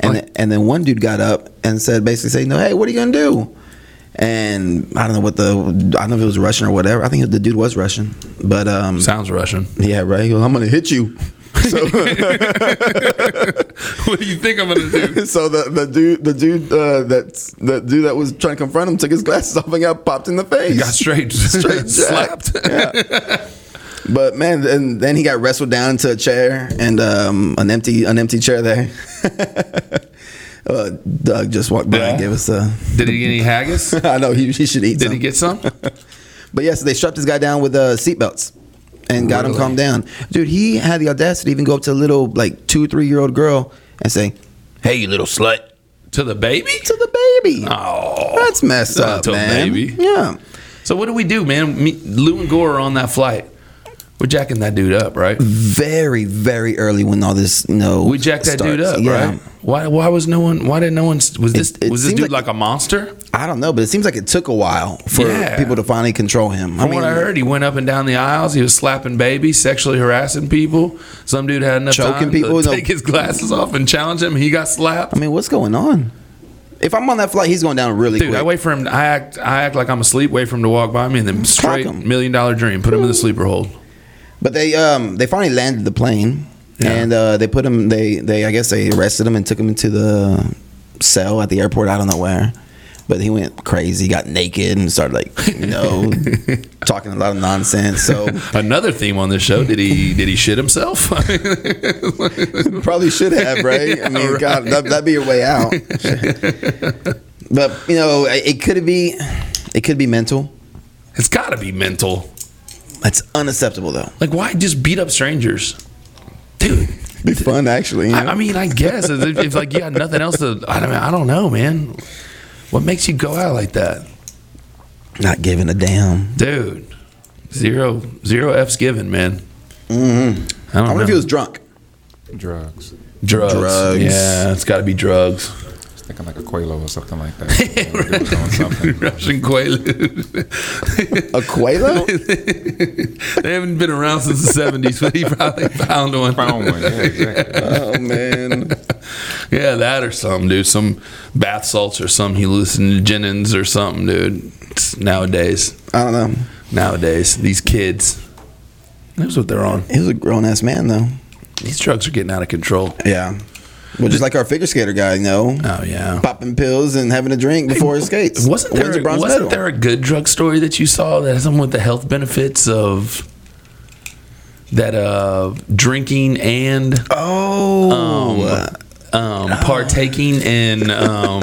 [SPEAKER 2] and
[SPEAKER 3] Like-
[SPEAKER 2] th- and then one dude got up and said, basically saying, "No, hey, what are you gonna do?" And I don't know what the I don't know if it was Russian or whatever. I think the dude was Russian, but um, [LAUGHS]
[SPEAKER 3] Sounds Russian.
[SPEAKER 2] yeah, right. He goes, I'm gonna hit
[SPEAKER 3] [LAUGHS]
[SPEAKER 2] you. So,
[SPEAKER 3] what do you think I'm
[SPEAKER 2] [LAUGHS]
[SPEAKER 3] gonna do?
[SPEAKER 2] so the, the dude, the dude uh, that the dude that was trying to confront him took his glasses off and got popped in the face.
[SPEAKER 3] Got straight, [LAUGHS]
[SPEAKER 2] Straight jacked. [LAUGHS]
[SPEAKER 3] slapped.
[SPEAKER 2] But man, then then he got wrestled down into a chair and um, an empty an empty chair there. [LAUGHS] uh, Doug just walked by and
[SPEAKER 3] Yeah.
[SPEAKER 2] gave us a. [LAUGHS]
[SPEAKER 3] Did he get any haggis?
[SPEAKER 2] I know he, he should eat.
[SPEAKER 3] Did he
[SPEAKER 2] some.
[SPEAKER 3] get some?
[SPEAKER 2] But yes, they strapped this guy down with uh, seatbelts and got him
[SPEAKER 3] Really?
[SPEAKER 2] calmed down. Dude, he had the audacity to even go up to a little like two, three year old girl and say, "Hey, you little slut."
[SPEAKER 3] to
[SPEAKER 2] [LAUGHS]
[SPEAKER 3] the baby?
[SPEAKER 2] to the baby.
[SPEAKER 3] Oh.
[SPEAKER 2] That's messed
[SPEAKER 3] Not
[SPEAKER 2] up,
[SPEAKER 3] to
[SPEAKER 2] man.
[SPEAKER 3] baby.
[SPEAKER 2] Yeah.
[SPEAKER 3] So what do we do, man? Me, Lou and Gore are on that flight. We're jacking that dude up, right?
[SPEAKER 2] Very, very early when all this no.
[SPEAKER 3] We jacked that dude up, right? Why? Why was no one? Why did no one? Was this
[SPEAKER 2] It- it
[SPEAKER 3] was this
[SPEAKER 2] seems
[SPEAKER 3] dude
[SPEAKER 2] like-
[SPEAKER 3] like, a monster?
[SPEAKER 2] I don't know, but it seems like it took a while for
[SPEAKER 3] Yeah.
[SPEAKER 2] people to finally control him. I
[SPEAKER 3] From
[SPEAKER 2] mean,
[SPEAKER 3] what I heard, he went up and down the aisles. He was slapping babies, sexually harassing people. Some dude had enough
[SPEAKER 2] Choking
[SPEAKER 3] time
[SPEAKER 2] people,
[SPEAKER 3] to
[SPEAKER 2] no-
[SPEAKER 3] take his glasses off and challenge him. He got slapped.
[SPEAKER 2] I mean, what's going on? If I'm on that flight, he's going down really
[SPEAKER 3] Dude,
[SPEAKER 2] quick.
[SPEAKER 3] I wait for him. I act. I act like I'm asleep. Wait for him to walk by me, and then straight
[SPEAKER 2] him.
[SPEAKER 3] million dollar dream. Put him in the sleeper hold.
[SPEAKER 2] But they um they finally landed the plane
[SPEAKER 3] Yeah.
[SPEAKER 2] and uh, they put him they they I guess they arrested him and took him into the cell at the airport. I don't know where. But he went crazy, got naked, and started like you
[SPEAKER 3] [LAUGHS]
[SPEAKER 2] know talking a lot of nonsense. So
[SPEAKER 3] Another theme on this show.
[SPEAKER 2] [LAUGHS]
[SPEAKER 3] Did he? did he shit himself? [LAUGHS]
[SPEAKER 2] probably should have, [LAUGHS] right? I mean, God, that, that'd be your way out. but you know, it, it could be it could be mental.
[SPEAKER 3] it's got to be mental.
[SPEAKER 2] That's unacceptable though.
[SPEAKER 3] Like, why just beat up strangers, dude?
[SPEAKER 2] Be fun actually. you
[SPEAKER 3] I,
[SPEAKER 2] know?
[SPEAKER 3] I mean, I guess if, if, if, like you got nothing else to, I don't, I don't know, man. What makes you go out like that,
[SPEAKER 2] Not giving a damn.
[SPEAKER 3] dude? Zero, zero f's given, man.
[SPEAKER 2] Mm-hmm.
[SPEAKER 3] I don't
[SPEAKER 2] I wonder
[SPEAKER 3] know.
[SPEAKER 2] if he was drunk.
[SPEAKER 4] drugs.
[SPEAKER 3] drugs.
[SPEAKER 2] drugs.
[SPEAKER 3] Yeah, it's got to be drugs.
[SPEAKER 4] I was thinking like a Quelo or something like that. Doing
[SPEAKER 3] [LAUGHS]
[SPEAKER 4] something.
[SPEAKER 3] Russian Quaalude.
[SPEAKER 2] A Quelo?
[SPEAKER 3] [LAUGHS] they haven't been around since the seventies, but he probably found one.
[SPEAKER 4] Found one. Yeah, exactly.
[SPEAKER 2] [LAUGHS] oh man.
[SPEAKER 3] Yeah, that or something, dude. Some bath salts or some hallucinogens or something, dude. It's nowadays.
[SPEAKER 2] I don't know.
[SPEAKER 3] nowadays. These kids, that's what they're on.
[SPEAKER 2] He was a grown ass man though.
[SPEAKER 3] These drugs are getting out of control.
[SPEAKER 2] Yeah. Uh. Well, just like our figure skater guy, you know,
[SPEAKER 3] Oh yeah.
[SPEAKER 2] popping pills and having a drink before his skates.
[SPEAKER 3] Wasn't
[SPEAKER 2] Wins
[SPEAKER 3] there
[SPEAKER 2] a bronze
[SPEAKER 3] wasn't
[SPEAKER 2] medal.
[SPEAKER 3] there a good drug story that you saw that had something with the health benefits of that uh drinking and um,
[SPEAKER 2] Oh,
[SPEAKER 3] um partaking in
[SPEAKER 2] [LAUGHS]
[SPEAKER 3] um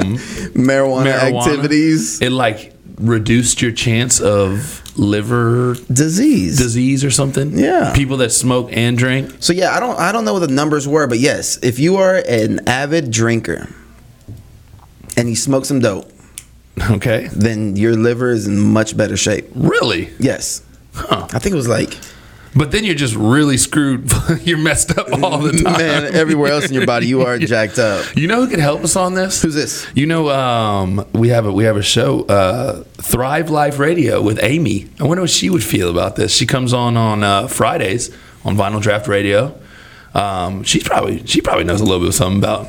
[SPEAKER 2] marijuana,
[SPEAKER 3] marijuana
[SPEAKER 2] activities,
[SPEAKER 3] It like reduced your chance of liver
[SPEAKER 2] disease.
[SPEAKER 3] disease or something.
[SPEAKER 2] Yeah.
[SPEAKER 3] People that smoke and drink.
[SPEAKER 2] so yeah, I don't I don't know what the numbers were, but yes, if you are an avid drinker and you smoke some dope,
[SPEAKER 3] Okay.
[SPEAKER 2] then your liver is in much better shape.
[SPEAKER 3] Really?
[SPEAKER 2] Yes.
[SPEAKER 3] Huh.
[SPEAKER 2] I think it was like
[SPEAKER 3] But then you're just really screwed. [LAUGHS] you're messed up all the
[SPEAKER 2] [LAUGHS]
[SPEAKER 3] time.
[SPEAKER 2] man, everywhere else in your body [LAUGHS] you are jacked up.
[SPEAKER 3] You know who could help us on this?
[SPEAKER 2] Who's this?
[SPEAKER 3] You know, um, we have a we have a show, uh, Thrive Life Radio with Amy. I wonder what she would feel about this. She comes on on uh, Fridays on Vinyl Draft Radio. Um, she probably she probably knows a little bit of something about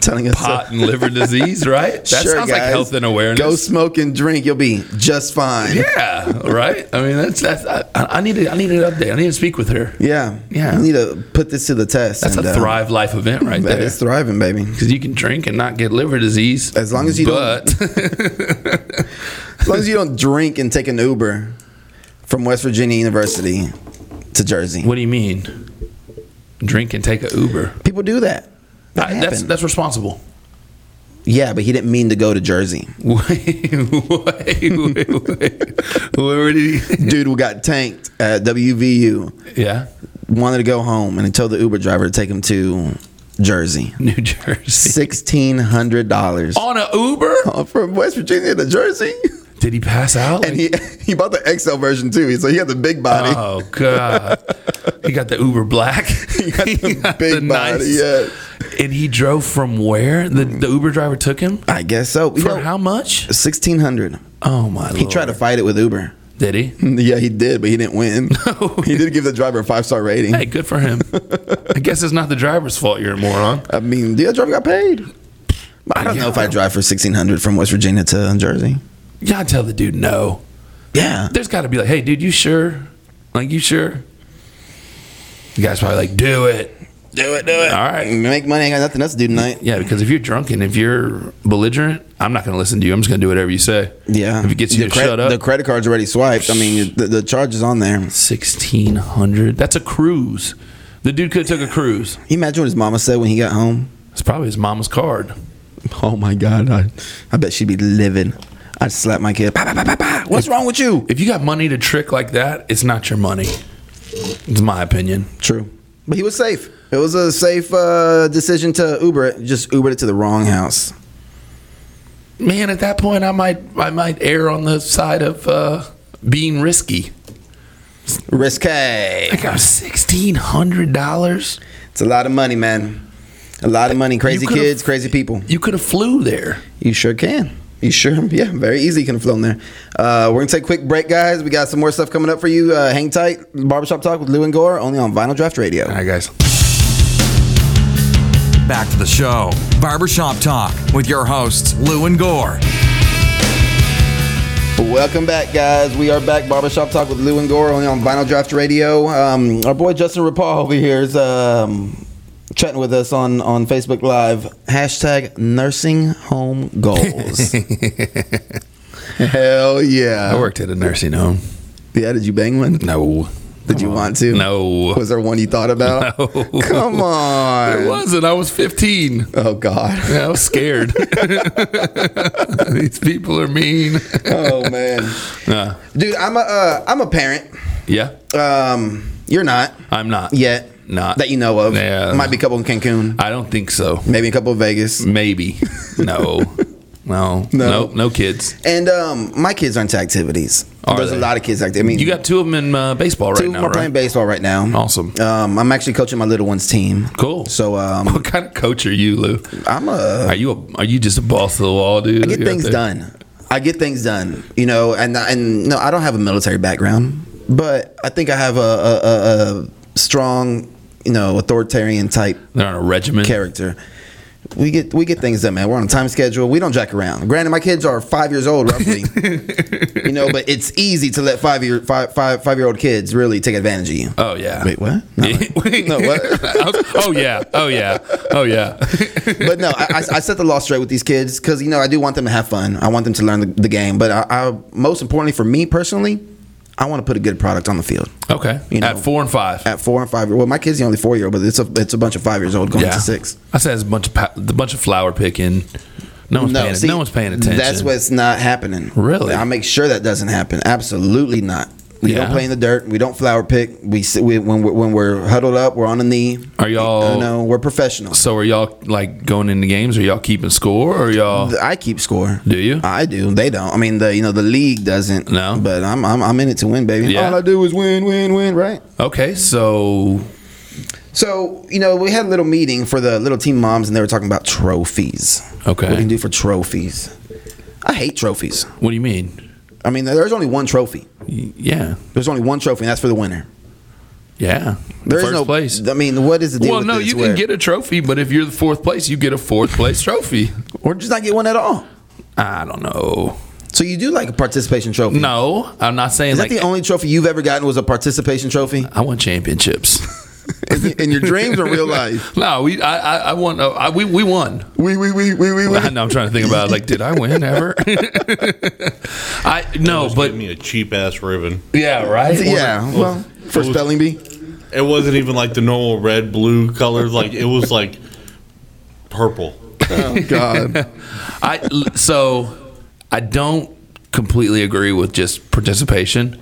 [SPEAKER 2] Telling us
[SPEAKER 3] pot and liver disease, [LAUGHS] right? That
[SPEAKER 2] Sure,
[SPEAKER 3] sounds like
[SPEAKER 2] guys.
[SPEAKER 3] health and awareness.
[SPEAKER 2] Go smoke and drink, you'll be just fine.
[SPEAKER 3] yeah, right. I mean, that's that's. I, I need to, I need an update. I need to speak with her.
[SPEAKER 2] Yeah.
[SPEAKER 3] Yeah.
[SPEAKER 2] I need to put this to the test.
[SPEAKER 3] That's
[SPEAKER 2] and,
[SPEAKER 3] a
[SPEAKER 2] uh,
[SPEAKER 3] Thrive Life event right
[SPEAKER 2] That
[SPEAKER 3] there.
[SPEAKER 2] is thriving, baby.
[SPEAKER 3] because you can drink and not get liver disease
[SPEAKER 2] As long as you
[SPEAKER 3] but, [LAUGHS]
[SPEAKER 2] don't- As long as you don't drink and take an Uber from West Virginia University to Jersey.
[SPEAKER 3] what do you mean? Drink and take a Uber.
[SPEAKER 2] People do that. That
[SPEAKER 3] I- that's
[SPEAKER 2] happened.
[SPEAKER 3] that's responsible.
[SPEAKER 2] yeah, but he didn't mean to go to Jersey.
[SPEAKER 3] [LAUGHS] Wait, wait, wait, wait. Where did he?
[SPEAKER 2] Dude who got tanked at WVU
[SPEAKER 3] [LAUGHS] Yeah,
[SPEAKER 2] wanted to go home and he told the Uber driver to take him to Jersey.
[SPEAKER 3] New Jersey.
[SPEAKER 2] Sixteen hundred dollars Uh,
[SPEAKER 3] On a Uber?
[SPEAKER 2] from West Virginia to
[SPEAKER 3] [LAUGHS]
[SPEAKER 2] Jersey,
[SPEAKER 3] Did he pass out?
[SPEAKER 2] and he he bought the XL version too. So he had the big body. [LAUGHS]
[SPEAKER 3] oh god, he got the Uber Black. [LAUGHS] He
[SPEAKER 2] got the big body, yeah.
[SPEAKER 3] And he drove from where? The the Uber driver took him
[SPEAKER 2] I guess so. You
[SPEAKER 3] for
[SPEAKER 2] know,
[SPEAKER 3] how much?
[SPEAKER 2] Sixteen hundred.
[SPEAKER 3] Oh my lord!
[SPEAKER 2] He tried to fight it with Uber. [LAUGHS]
[SPEAKER 3] Did he?
[SPEAKER 2] Yeah, he did, but he didn't win.
[SPEAKER 3] [LAUGHS] No.
[SPEAKER 2] He did give the driver a five star rating.
[SPEAKER 3] Hey, good for [LAUGHS] him. I guess it's not the driver's fault. You're a moron.
[SPEAKER 2] I mean, the other driver got paid. I don't know if I drive for sixteen hundred from West Virginia to Jersey.
[SPEAKER 3] You gotta tell the dude no.
[SPEAKER 2] Yeah,
[SPEAKER 3] There's gotta be like, hey, dude, you sure? Like, you sure? The guy's probably like, do it.
[SPEAKER 2] do it, do it.
[SPEAKER 3] All right.
[SPEAKER 2] make money. I got nothing else to do tonight.
[SPEAKER 3] Yeah, because if you're drunk and if you're belligerent, I'm not going to listen to you. I'm just going to do whatever you say.
[SPEAKER 2] Yeah,
[SPEAKER 3] If it gets
[SPEAKER 2] the
[SPEAKER 3] you to
[SPEAKER 2] cre-
[SPEAKER 3] shut up.
[SPEAKER 2] The credit card's already swiped. I mean, the, the charge is on there.
[SPEAKER 3] 1600 That's a cruise. The dude could have took a cruise.
[SPEAKER 2] Can you imagine what his mama said when he got home?
[SPEAKER 3] It's probably his mama's card.
[SPEAKER 2] Oh my God, I, I bet she'd be living. I'd slap my kid. "Pa, pa, pa, pa, pa. What's wrong with you?
[SPEAKER 3] If you got money to trick like that, it's not your money. It's my opinion.
[SPEAKER 2] True, but he was safe. It was a safe uh, decision to Uber it. Just Ubered it to the wrong house.
[SPEAKER 3] Man, at that point, I might I might err on the side of uh, being risky.
[SPEAKER 2] Risque.
[SPEAKER 3] I got $1,600.
[SPEAKER 2] It's a lot of money, man. A lot of money. Crazy
[SPEAKER 3] could've-
[SPEAKER 2] kids, crazy people.
[SPEAKER 3] You could have flew there.
[SPEAKER 2] You sure can. You sure? [LAUGHS] Yeah, very easy. Can have flown there. Uh, we're gonna take a quick break, guys. We got some more stuff coming up for you. Uh, hang tight. Barbershop talk with Lou and Gore only on Vinyl Draft Radio.
[SPEAKER 3] All right, guys.
[SPEAKER 1] Back to the show. Barbershop Talk with your hosts, Lou and Gore.
[SPEAKER 2] Welcome back, guys. We are back. Barbershop talk with Lou and Gore only on Vinyl Draft Radio. Um, our boy Justin Rapal over here is um, chatting with us on on Facebook Live. Hashtag nursing home
[SPEAKER 3] [LAUGHS]
[SPEAKER 2] goals. Hell yeah!
[SPEAKER 3] I worked at a nursing home.
[SPEAKER 2] Yeah, did you bang one?
[SPEAKER 3] No.
[SPEAKER 2] Did you want to?
[SPEAKER 3] No.
[SPEAKER 2] Was there one you thought about?
[SPEAKER 3] [LAUGHS] No.
[SPEAKER 2] Come on.
[SPEAKER 3] It wasn't. I was 15.
[SPEAKER 2] Oh God.
[SPEAKER 3] I was scared. [LAUGHS] These people are mean.
[SPEAKER 2] Oh man.
[SPEAKER 3] Nah.
[SPEAKER 2] Dude, I'm a uh, I'm a parent.
[SPEAKER 3] yeah,
[SPEAKER 2] Um, you're not
[SPEAKER 3] I'm not.
[SPEAKER 2] yet.
[SPEAKER 3] Not.
[SPEAKER 2] that you know of.
[SPEAKER 3] Yeah.
[SPEAKER 2] Might be a couple in Cancun.
[SPEAKER 3] I don't think so.
[SPEAKER 2] Maybe a couple in Vegas.
[SPEAKER 3] Maybe. No. No. No. No, kids.
[SPEAKER 2] And um, my kids aren't to activities.
[SPEAKER 3] Are
[SPEAKER 2] There's
[SPEAKER 3] they?
[SPEAKER 2] a lot of kids active. I mean,
[SPEAKER 3] You got two of them in uh, baseball right
[SPEAKER 2] two
[SPEAKER 3] now,
[SPEAKER 2] are
[SPEAKER 3] right?
[SPEAKER 2] playing baseball right now.
[SPEAKER 3] Awesome.
[SPEAKER 2] Um, I'm actually coaching my little one's team.
[SPEAKER 3] Cool.
[SPEAKER 2] So um,
[SPEAKER 3] [LAUGHS] what kind of coach are you, Lou?
[SPEAKER 2] I'm a
[SPEAKER 3] Are you a, are you just a boss of the wall, dude?
[SPEAKER 2] Uh, I get things done. I get things done. You know, and and no, I don't have a military background, but I think I have a a, a, a strong, you know, authoritarian type
[SPEAKER 3] They're on a regiment.
[SPEAKER 2] character. We get we get things done, man. We're on a time schedule. We don't jack around. Granted, my kids are five years old, roughly. you know, but it's easy to let five year five five five year old kids really take advantage of you.
[SPEAKER 3] Oh yeah.
[SPEAKER 2] Wait, what? No. No, what?
[SPEAKER 3] oh yeah. Oh yeah. Oh yeah. [LAUGHS]
[SPEAKER 2] but no, I, I, I set the law straight with these kids because you know I do want them to have fun. I want them to learn the, the game, but I, I most importantly for me personally, I want to put a good product on the field.
[SPEAKER 3] okay.
[SPEAKER 2] You know.
[SPEAKER 3] At four and five.
[SPEAKER 2] At four and five, well, my kid's the only four year old, but it's a it's a bunch of five years old going to six.
[SPEAKER 3] I said it's a bunch of pa- the bunch of flower picking. No one's paying.
[SPEAKER 2] see,
[SPEAKER 3] no one's paying attention.
[SPEAKER 2] That's what's not happening.
[SPEAKER 3] Really?
[SPEAKER 2] I make sure that doesn't happen. Absolutely not. We don't
[SPEAKER 3] Yeah.
[SPEAKER 2] play in the dirt. We don't flower pick. We, sit, we when we're, when we're huddled up, we're on a knee.
[SPEAKER 3] Are y'all-
[SPEAKER 2] You know, we're professional.
[SPEAKER 3] So are y'all like going into games? Are y'all keeping score? Or y'all?
[SPEAKER 2] I keep score.
[SPEAKER 3] Do you?
[SPEAKER 2] I do. They don't. I mean, the you know the league doesn't.
[SPEAKER 3] No.
[SPEAKER 2] But I'm I'm, I'm in it to win, baby.
[SPEAKER 3] Yeah.
[SPEAKER 2] All I do is win, win, win. Right.
[SPEAKER 3] Okay, so
[SPEAKER 2] So you know we had a little meeting for the little team moms, and they were talking about trophies.
[SPEAKER 3] Okay.
[SPEAKER 2] What do you do for trophies? I hate trophies.
[SPEAKER 3] what do you mean?
[SPEAKER 2] I mean, there's only one trophy.
[SPEAKER 3] Y- Yeah,
[SPEAKER 2] There's only one trophy, and that's for the winner.
[SPEAKER 3] yeah.
[SPEAKER 2] There's
[SPEAKER 3] First
[SPEAKER 2] no
[SPEAKER 3] place.
[SPEAKER 2] I mean, what is the deal?
[SPEAKER 3] Well,
[SPEAKER 2] with
[SPEAKER 3] no,
[SPEAKER 2] this
[SPEAKER 3] you
[SPEAKER 2] where-
[SPEAKER 3] can get a trophy, but if you're the fourth place, you get a fourth place
[SPEAKER 2] [LAUGHS]
[SPEAKER 3] trophy.
[SPEAKER 2] or just not get one at all.
[SPEAKER 3] I don't know.
[SPEAKER 2] So you do like a participation trophy.
[SPEAKER 3] No, I'm not saying
[SPEAKER 2] Is
[SPEAKER 3] like
[SPEAKER 2] that the only trophy you've ever gotten was a participation
[SPEAKER 3] [LAUGHS]
[SPEAKER 2] trophy?
[SPEAKER 3] I want championships. [LAUGHS]
[SPEAKER 2] In, in your dreams or real life?
[SPEAKER 3] no, we I I, I won. Uh, I, we we won.
[SPEAKER 2] We we we we we. we.
[SPEAKER 3] [LAUGHS] I know. I'm trying to think about it, like, did I win ever? [LAUGHS] I no,
[SPEAKER 5] Just
[SPEAKER 3] Oh, but
[SPEAKER 5] give me a cheap ass ribbon.
[SPEAKER 3] yeah, right.
[SPEAKER 2] Yeah. Well, for spelling bee.
[SPEAKER 5] It wasn't even like the normal red blue colors. Like it was like purple.
[SPEAKER 2] Oh [LAUGHS] God.
[SPEAKER 3] I l- so I don't completely agree with just participation,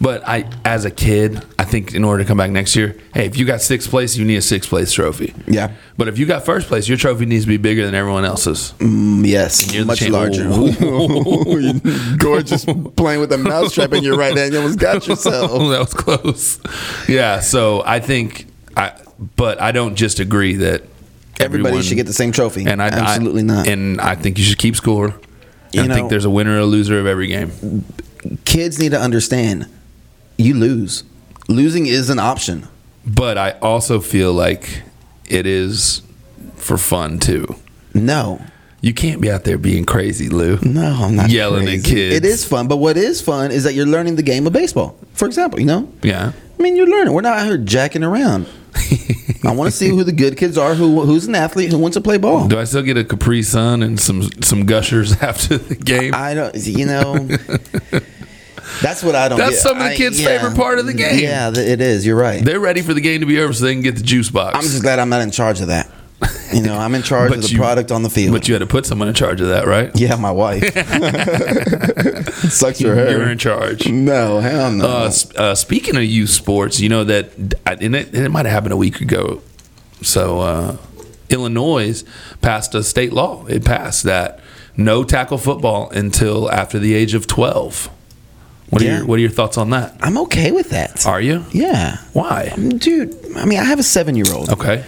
[SPEAKER 3] but I as a kid, I think in order to come back next year, hey, if you got sixth place, you need a sixth place trophy.
[SPEAKER 2] Yeah.
[SPEAKER 3] But if you got first place, your trophy needs to be bigger than everyone else's.
[SPEAKER 2] Mm, yes.
[SPEAKER 3] You're the
[SPEAKER 2] Much
[SPEAKER 3] champ- Oh.
[SPEAKER 2] larger. You're [LAUGHS] Gorgeous playing with a mousetrap in your right hand. You almost got
[SPEAKER 3] [LAUGHS]
[SPEAKER 2] yourself.
[SPEAKER 3] Oh, that was close. Yeah, so I think I, but I don't just agree that
[SPEAKER 2] Everybody
[SPEAKER 3] everyone-
[SPEAKER 2] should get the same trophy.
[SPEAKER 3] And I
[SPEAKER 2] Absolutely
[SPEAKER 3] I-
[SPEAKER 2] not.
[SPEAKER 3] And I think you should keep score.
[SPEAKER 2] You
[SPEAKER 3] And
[SPEAKER 2] know-
[SPEAKER 3] I think there's a winner or a loser of every game.
[SPEAKER 2] Kids need to understand. You lose. Losing is an option.
[SPEAKER 3] but I also feel like it is for fun too.
[SPEAKER 2] No.
[SPEAKER 3] You can't be out there being crazy, Lou.
[SPEAKER 2] No, I'm not
[SPEAKER 3] Yelling at
[SPEAKER 2] crazy.
[SPEAKER 3] kids.
[SPEAKER 2] It is fun, but what is fun is that you're learning the game of baseball. For example, you know,
[SPEAKER 3] Yeah.
[SPEAKER 2] I mean, you're learning. We're not out here jacking
[SPEAKER 3] [LAUGHS]
[SPEAKER 2] around. I want to see who the good kids are, who who's an athlete, who wants to play ball.
[SPEAKER 3] Do I still get a Capri Sun and some some gushers [LAUGHS] after the game?
[SPEAKER 2] I don't, you
[SPEAKER 3] [LAUGHS]
[SPEAKER 2] know. That's what I don't.
[SPEAKER 3] That's
[SPEAKER 2] get.
[SPEAKER 3] some of the
[SPEAKER 2] I-
[SPEAKER 3] kids' favorite part of the game.
[SPEAKER 2] Yeah, th- it is. You're right.
[SPEAKER 3] They're ready for the game to be over so they can get the juice box.
[SPEAKER 2] I'm just glad I'm not in charge of that. You know, I'm in
[SPEAKER 3] [LAUGHS]
[SPEAKER 2] charge of the product on the field.
[SPEAKER 3] But you had to put someone in charge of that, right?
[SPEAKER 2] yeah, my
[SPEAKER 3] [LAUGHS]
[SPEAKER 2] wife sucks for her.
[SPEAKER 3] You're in charge.
[SPEAKER 2] no, hell no.
[SPEAKER 3] Uh, s- uh, speaking of youth sports, you know that, and it, and it might have happened a week ago. So, uh, Illinois passed a state law. It passed that no tackle football until after the age of twelve. What are
[SPEAKER 2] Yeah.
[SPEAKER 3] your What are your thoughts on that?
[SPEAKER 2] I'm okay with that.
[SPEAKER 3] Are you?
[SPEAKER 2] Yeah.
[SPEAKER 3] Why?
[SPEAKER 2] Dude, I mean, I have a seven year old.
[SPEAKER 3] Okay,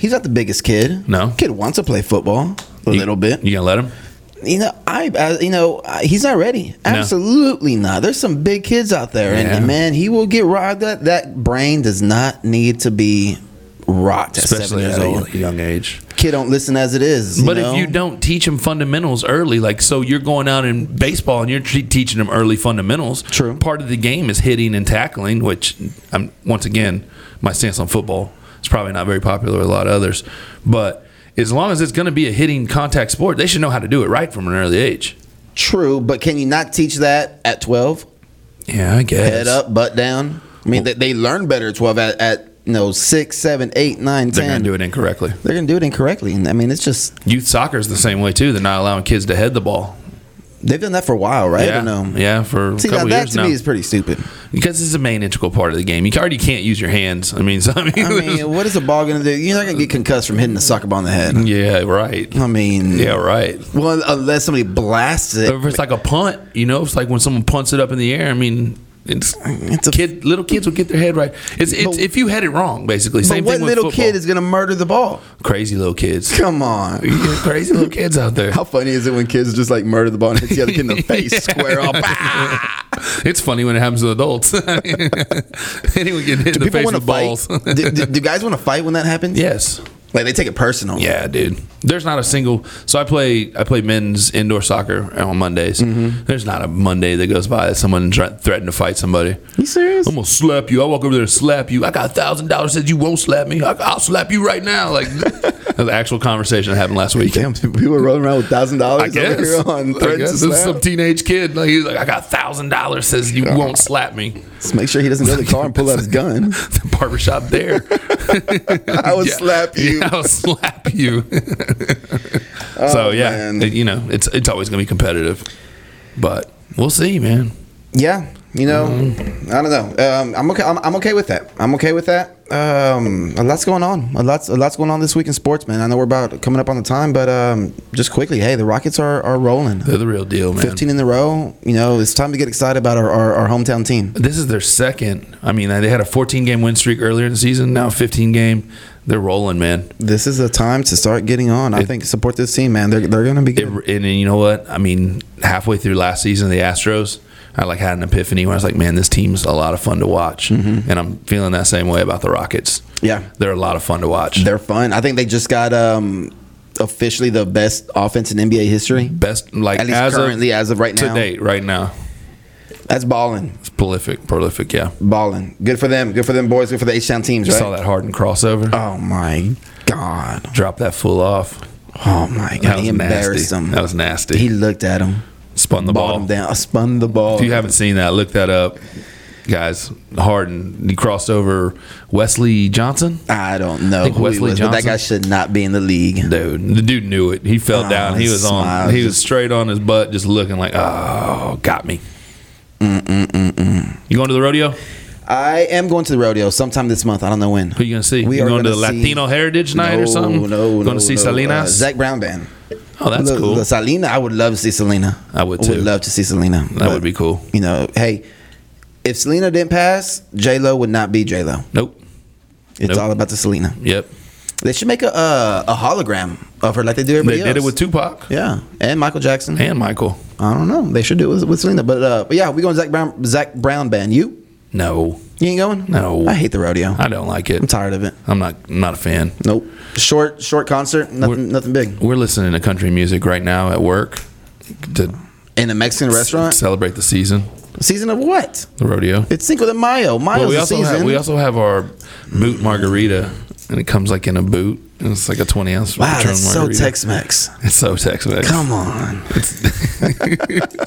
[SPEAKER 2] He's not the biggest kid.
[SPEAKER 3] Oh. No.
[SPEAKER 2] Kid wants to play football a
[SPEAKER 3] You-
[SPEAKER 2] little bit.
[SPEAKER 3] You gonna let him?
[SPEAKER 2] You know, I, I you know, I, he's not ready. Absolutely not. There's some big kids out there, and,
[SPEAKER 3] Yeah.
[SPEAKER 2] and man, he will get robbed. That that brain does not need to be rocked at
[SPEAKER 3] Especially at
[SPEAKER 2] seven years old.
[SPEAKER 3] a young age.
[SPEAKER 2] Kid don't listen as it is.
[SPEAKER 3] But
[SPEAKER 2] know?
[SPEAKER 3] if you don't teach them fundamentals early, like so, you're going out in baseball and you're te- teaching them early fundamentals.
[SPEAKER 2] True.
[SPEAKER 3] Part of the game is hitting and tackling, which I'm once again my stance on football is probably not very popular with a lot of others. But as long as it's going to be a hitting contact sport, they should know how to do it right from an early age.
[SPEAKER 2] true, but can you not teach that at twelve?
[SPEAKER 3] Yeah, I guess.
[SPEAKER 2] Head up, butt down. I mean, they, they learn better at twelve. At, at you know six, seven, eight, nine,
[SPEAKER 3] They're going
[SPEAKER 2] ten.
[SPEAKER 3] to do it incorrectly.
[SPEAKER 2] They're gonna do it incorrectly, and I mean, it's just
[SPEAKER 3] Youth soccer is the same way too. They're not allowing kids to head the ball.
[SPEAKER 2] They've done that for a while, right?
[SPEAKER 3] yeah,
[SPEAKER 2] I don't know.
[SPEAKER 3] yeah, for a
[SPEAKER 2] See, now
[SPEAKER 3] couple
[SPEAKER 2] that
[SPEAKER 3] years
[SPEAKER 2] to
[SPEAKER 3] now.
[SPEAKER 2] me is pretty stupid.
[SPEAKER 3] because it's a main integral part of the game. You already can't use your hands. I mean, [LAUGHS] so, I mean,
[SPEAKER 2] I mean, what is a ball going to do? You're not going to get concussed from hitting a soccer ball in the head.
[SPEAKER 3] yeah, right.
[SPEAKER 2] I mean,
[SPEAKER 3] Yeah, right.
[SPEAKER 2] Well, unless somebody blasts it.
[SPEAKER 3] Mm. If it's like a punt, you know, it's like when someone punts it up in the air. I mean, it's,
[SPEAKER 2] a-
[SPEAKER 3] kid, little kids will get their head right. It's, it's
[SPEAKER 2] But-
[SPEAKER 3] if you head it wrong, basically.
[SPEAKER 2] But
[SPEAKER 3] Same
[SPEAKER 2] what
[SPEAKER 3] thing with
[SPEAKER 2] little
[SPEAKER 3] football.
[SPEAKER 2] kid is going to murder the ball?
[SPEAKER 3] crazy little kids? [LAUGHS]
[SPEAKER 2] Come on.
[SPEAKER 3] You get crazy little kids
[SPEAKER 2] [LAUGHS]
[SPEAKER 3] out there.
[SPEAKER 2] How funny is it when kids just like murder the ball and hit the other kid in
[SPEAKER 3] [LAUGHS]
[SPEAKER 2] the face square up? Ah!
[SPEAKER 3] It's funny when it happens to adults. [LAUGHS] Anyone getting hit in the
[SPEAKER 2] People
[SPEAKER 3] face
[SPEAKER 2] want to
[SPEAKER 3] with
[SPEAKER 2] fight. [LAUGHS]
[SPEAKER 3] balls. [LAUGHS]
[SPEAKER 2] do, do- do guys want to fight when that happens?
[SPEAKER 3] yes.
[SPEAKER 2] Like they take it personal.
[SPEAKER 3] Yeah, dude. There's not a single. So I play I play men's indoor soccer on Mondays.
[SPEAKER 2] Mm-hmm.
[SPEAKER 3] There's not a Monday that goes by that someone try, threatened to fight somebody.
[SPEAKER 2] You serious?
[SPEAKER 3] I'm gonna slap you. I walk over there and slap you. I got a thousand dollars. Says you won't slap me. I, I'll slap you right now.
[SPEAKER 2] [LAUGHS]
[SPEAKER 3] Like that's an actual conversation that happened last week.
[SPEAKER 2] Damn, people are rolling around with thousand
[SPEAKER 3] I
[SPEAKER 2] dollars over
[SPEAKER 3] guess.
[SPEAKER 2] here on
[SPEAKER 3] I guess.
[SPEAKER 2] threats.
[SPEAKER 3] This
[SPEAKER 2] to
[SPEAKER 3] is
[SPEAKER 2] slap.
[SPEAKER 3] some teenage kid. Like he's like, I got a thousand dollars. Says you won't slap me. [LAUGHS]
[SPEAKER 2] Just make sure he doesn't go to the car and pull out his gun.
[SPEAKER 3] The barbershop there.
[SPEAKER 2] [LAUGHS] I would
[SPEAKER 3] Yeah.
[SPEAKER 2] slap you.
[SPEAKER 3] Yeah, I'll slap you. [LAUGHS] so yeah,
[SPEAKER 2] Oh, man.
[SPEAKER 3] it- you know it's it's always gonna be competitive, but we'll see, man.
[SPEAKER 2] Yeah, You know,
[SPEAKER 3] Mm-hmm.
[SPEAKER 2] I don't know. Um, I'm okay. I'm, I'm okay with that. I'm okay with that. Um, a lot's going on. A lot's a lot's going on this week in sports, man. I know we're about coming up on the time, but um, just quickly, hey, the Rockets are are rolling.
[SPEAKER 3] They're the real deal, man.
[SPEAKER 2] 15 in a row. You know, it's time to get excited about our, our, our hometown team.
[SPEAKER 3] This is their second. I mean, they had a 14 game win streak earlier in the season. Now 15 game. They're rolling, man.
[SPEAKER 2] This is a time to start getting on. I
[SPEAKER 3] It-
[SPEAKER 2] think support this team, man. They're, they're going to be
[SPEAKER 3] It,
[SPEAKER 2] good.
[SPEAKER 3] and, and you know what? I mean, halfway through last season, the Astros, I like had an epiphany where I was like, man, this team's a lot of fun to watch, and I'm feeling that same way about the Rockets.
[SPEAKER 2] Mm-hmm. Yeah.
[SPEAKER 3] they're a lot of fun to watch.
[SPEAKER 2] They're fun. I think they just got um, officially the best offense in NBA history.
[SPEAKER 3] best like
[SPEAKER 2] At least
[SPEAKER 3] as
[SPEAKER 2] currently,
[SPEAKER 3] of,
[SPEAKER 2] as of right
[SPEAKER 3] to
[SPEAKER 2] now.
[SPEAKER 3] date right now.
[SPEAKER 2] That's balling.
[SPEAKER 3] It's prolific, prolific. Yeah,
[SPEAKER 2] Balling. Good for them. Good for them boys. Good for the H Town teams,
[SPEAKER 3] You
[SPEAKER 2] right? Uh,
[SPEAKER 3] saw that Harden crossover.
[SPEAKER 2] Oh my god.
[SPEAKER 3] Drop that fool off.
[SPEAKER 2] Oh my god.
[SPEAKER 3] That was
[SPEAKER 2] he embarrassed
[SPEAKER 3] nasty.
[SPEAKER 2] him.
[SPEAKER 3] That was nasty.
[SPEAKER 2] He looked at him.
[SPEAKER 3] Spun the
[SPEAKER 2] balled
[SPEAKER 3] ball.
[SPEAKER 2] him down. Spun the ball.
[SPEAKER 3] If you haven't seen that, look that up, guys. Harden he crossed over Wesley Johnson.
[SPEAKER 2] I don't know
[SPEAKER 3] think
[SPEAKER 2] who he
[SPEAKER 3] Wesley
[SPEAKER 2] was, but that
[SPEAKER 3] Johnson-
[SPEAKER 2] guy should not be in the league.
[SPEAKER 3] Dude, the dude knew it. He fell
[SPEAKER 2] Oh,
[SPEAKER 3] down. He
[SPEAKER 2] he
[SPEAKER 3] was on.
[SPEAKER 2] smiled.
[SPEAKER 3] He was straight on his butt, just looking like, oh, got me. You going to the rodeo?
[SPEAKER 2] I am going to the rodeo sometime this month. I don't know when.
[SPEAKER 3] Who you gonna see?
[SPEAKER 2] We
[SPEAKER 3] You
[SPEAKER 2] are
[SPEAKER 3] going to
[SPEAKER 2] gonna see-
[SPEAKER 3] Latino Heritage Night or something?
[SPEAKER 2] No, no,
[SPEAKER 3] Going
[SPEAKER 2] no,
[SPEAKER 3] to see
[SPEAKER 2] no.
[SPEAKER 3] Salinas?
[SPEAKER 2] Uh, Zach Brown band.
[SPEAKER 3] oh, that's
[SPEAKER 2] Look,
[SPEAKER 3] cool.
[SPEAKER 2] look, Selena, I would love to see Selena.
[SPEAKER 3] I would
[SPEAKER 2] I
[SPEAKER 3] too.
[SPEAKER 2] would love to see Selena.
[SPEAKER 3] that would be cool.
[SPEAKER 2] You know, hey, if Selena didn't pass, J Lo would not be J Lo.
[SPEAKER 3] Nope.
[SPEAKER 2] It's
[SPEAKER 3] Nope.
[SPEAKER 2] all about the Selena.
[SPEAKER 3] Yep.
[SPEAKER 2] They should make a uh, a hologram of her like they do
[SPEAKER 3] They
[SPEAKER 2] everybody
[SPEAKER 3] did it
[SPEAKER 2] else.
[SPEAKER 3] with Tupac
[SPEAKER 2] Yeah, and Michael Jackson.
[SPEAKER 3] and Michael.
[SPEAKER 2] I don't know. They should do it with, with Selena. But uh, but yeah, we going Zach Brown. Zach Brown band. You
[SPEAKER 3] No,
[SPEAKER 2] you ain't going?
[SPEAKER 3] No.
[SPEAKER 2] I hate the rodeo.
[SPEAKER 3] I don't like
[SPEAKER 2] I'm
[SPEAKER 3] it.
[SPEAKER 2] tired of it.
[SPEAKER 3] I'm not. I'm not a fan.
[SPEAKER 2] Nope. Short short concert. Nothing nothing big.
[SPEAKER 3] We're listening to country music right now at work to
[SPEAKER 2] In a Mexican restaurant.
[SPEAKER 3] celebrate the season,
[SPEAKER 2] Season of what?
[SPEAKER 3] the rodeo.
[SPEAKER 2] It's Cinco de Mayo. Mayo's
[SPEAKER 3] Well, we
[SPEAKER 2] the
[SPEAKER 3] also
[SPEAKER 2] season.
[SPEAKER 3] have, we also have our boot margarita, and it comes like in a boot, and it's like a twenty ounce.
[SPEAKER 2] wow,
[SPEAKER 3] Patron
[SPEAKER 2] that's so
[SPEAKER 3] margarita.
[SPEAKER 2] Tex-Mex.
[SPEAKER 3] It's so Tex Mex.
[SPEAKER 2] Come on.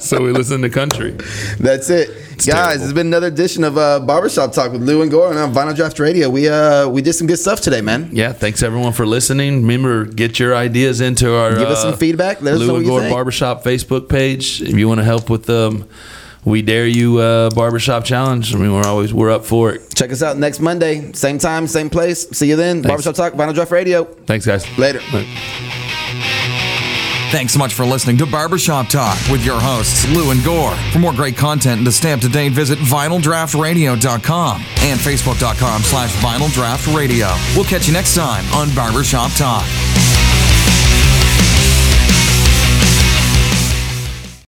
[SPEAKER 3] [LAUGHS] so we listen to country.
[SPEAKER 2] [LAUGHS] That's it, guys.
[SPEAKER 3] terrible.
[SPEAKER 2] It's been another edition of uh, Barbershop Talk with Lou and Gore on Vinyl Draft Radio. We uh we did some good stuff today, man.
[SPEAKER 3] Yeah, thanks everyone for listening. Remember, get your ideas into our
[SPEAKER 2] Give us some feedback. Let us know
[SPEAKER 3] Lou
[SPEAKER 2] what
[SPEAKER 3] and
[SPEAKER 2] you
[SPEAKER 3] Gore
[SPEAKER 2] think.
[SPEAKER 3] Barbershop Facebook page. If you want to help with um, we dare you uh, barbershop challenge. I mean, we're always we're up for it.
[SPEAKER 2] Check us out next Monday, same time, same place. See you then. Barbershop Talk, Vinyl Draft Radio.
[SPEAKER 3] Thanks, guys.
[SPEAKER 2] Later.
[SPEAKER 1] Thanks so much for listening to Barbershop Talk with your hosts, Lou and Gore. For more great content and to stay up to date, visit vinyldraftradio.com and facebook.com slash vinyldraftradio. We'll catch you next time on Barbershop Talk.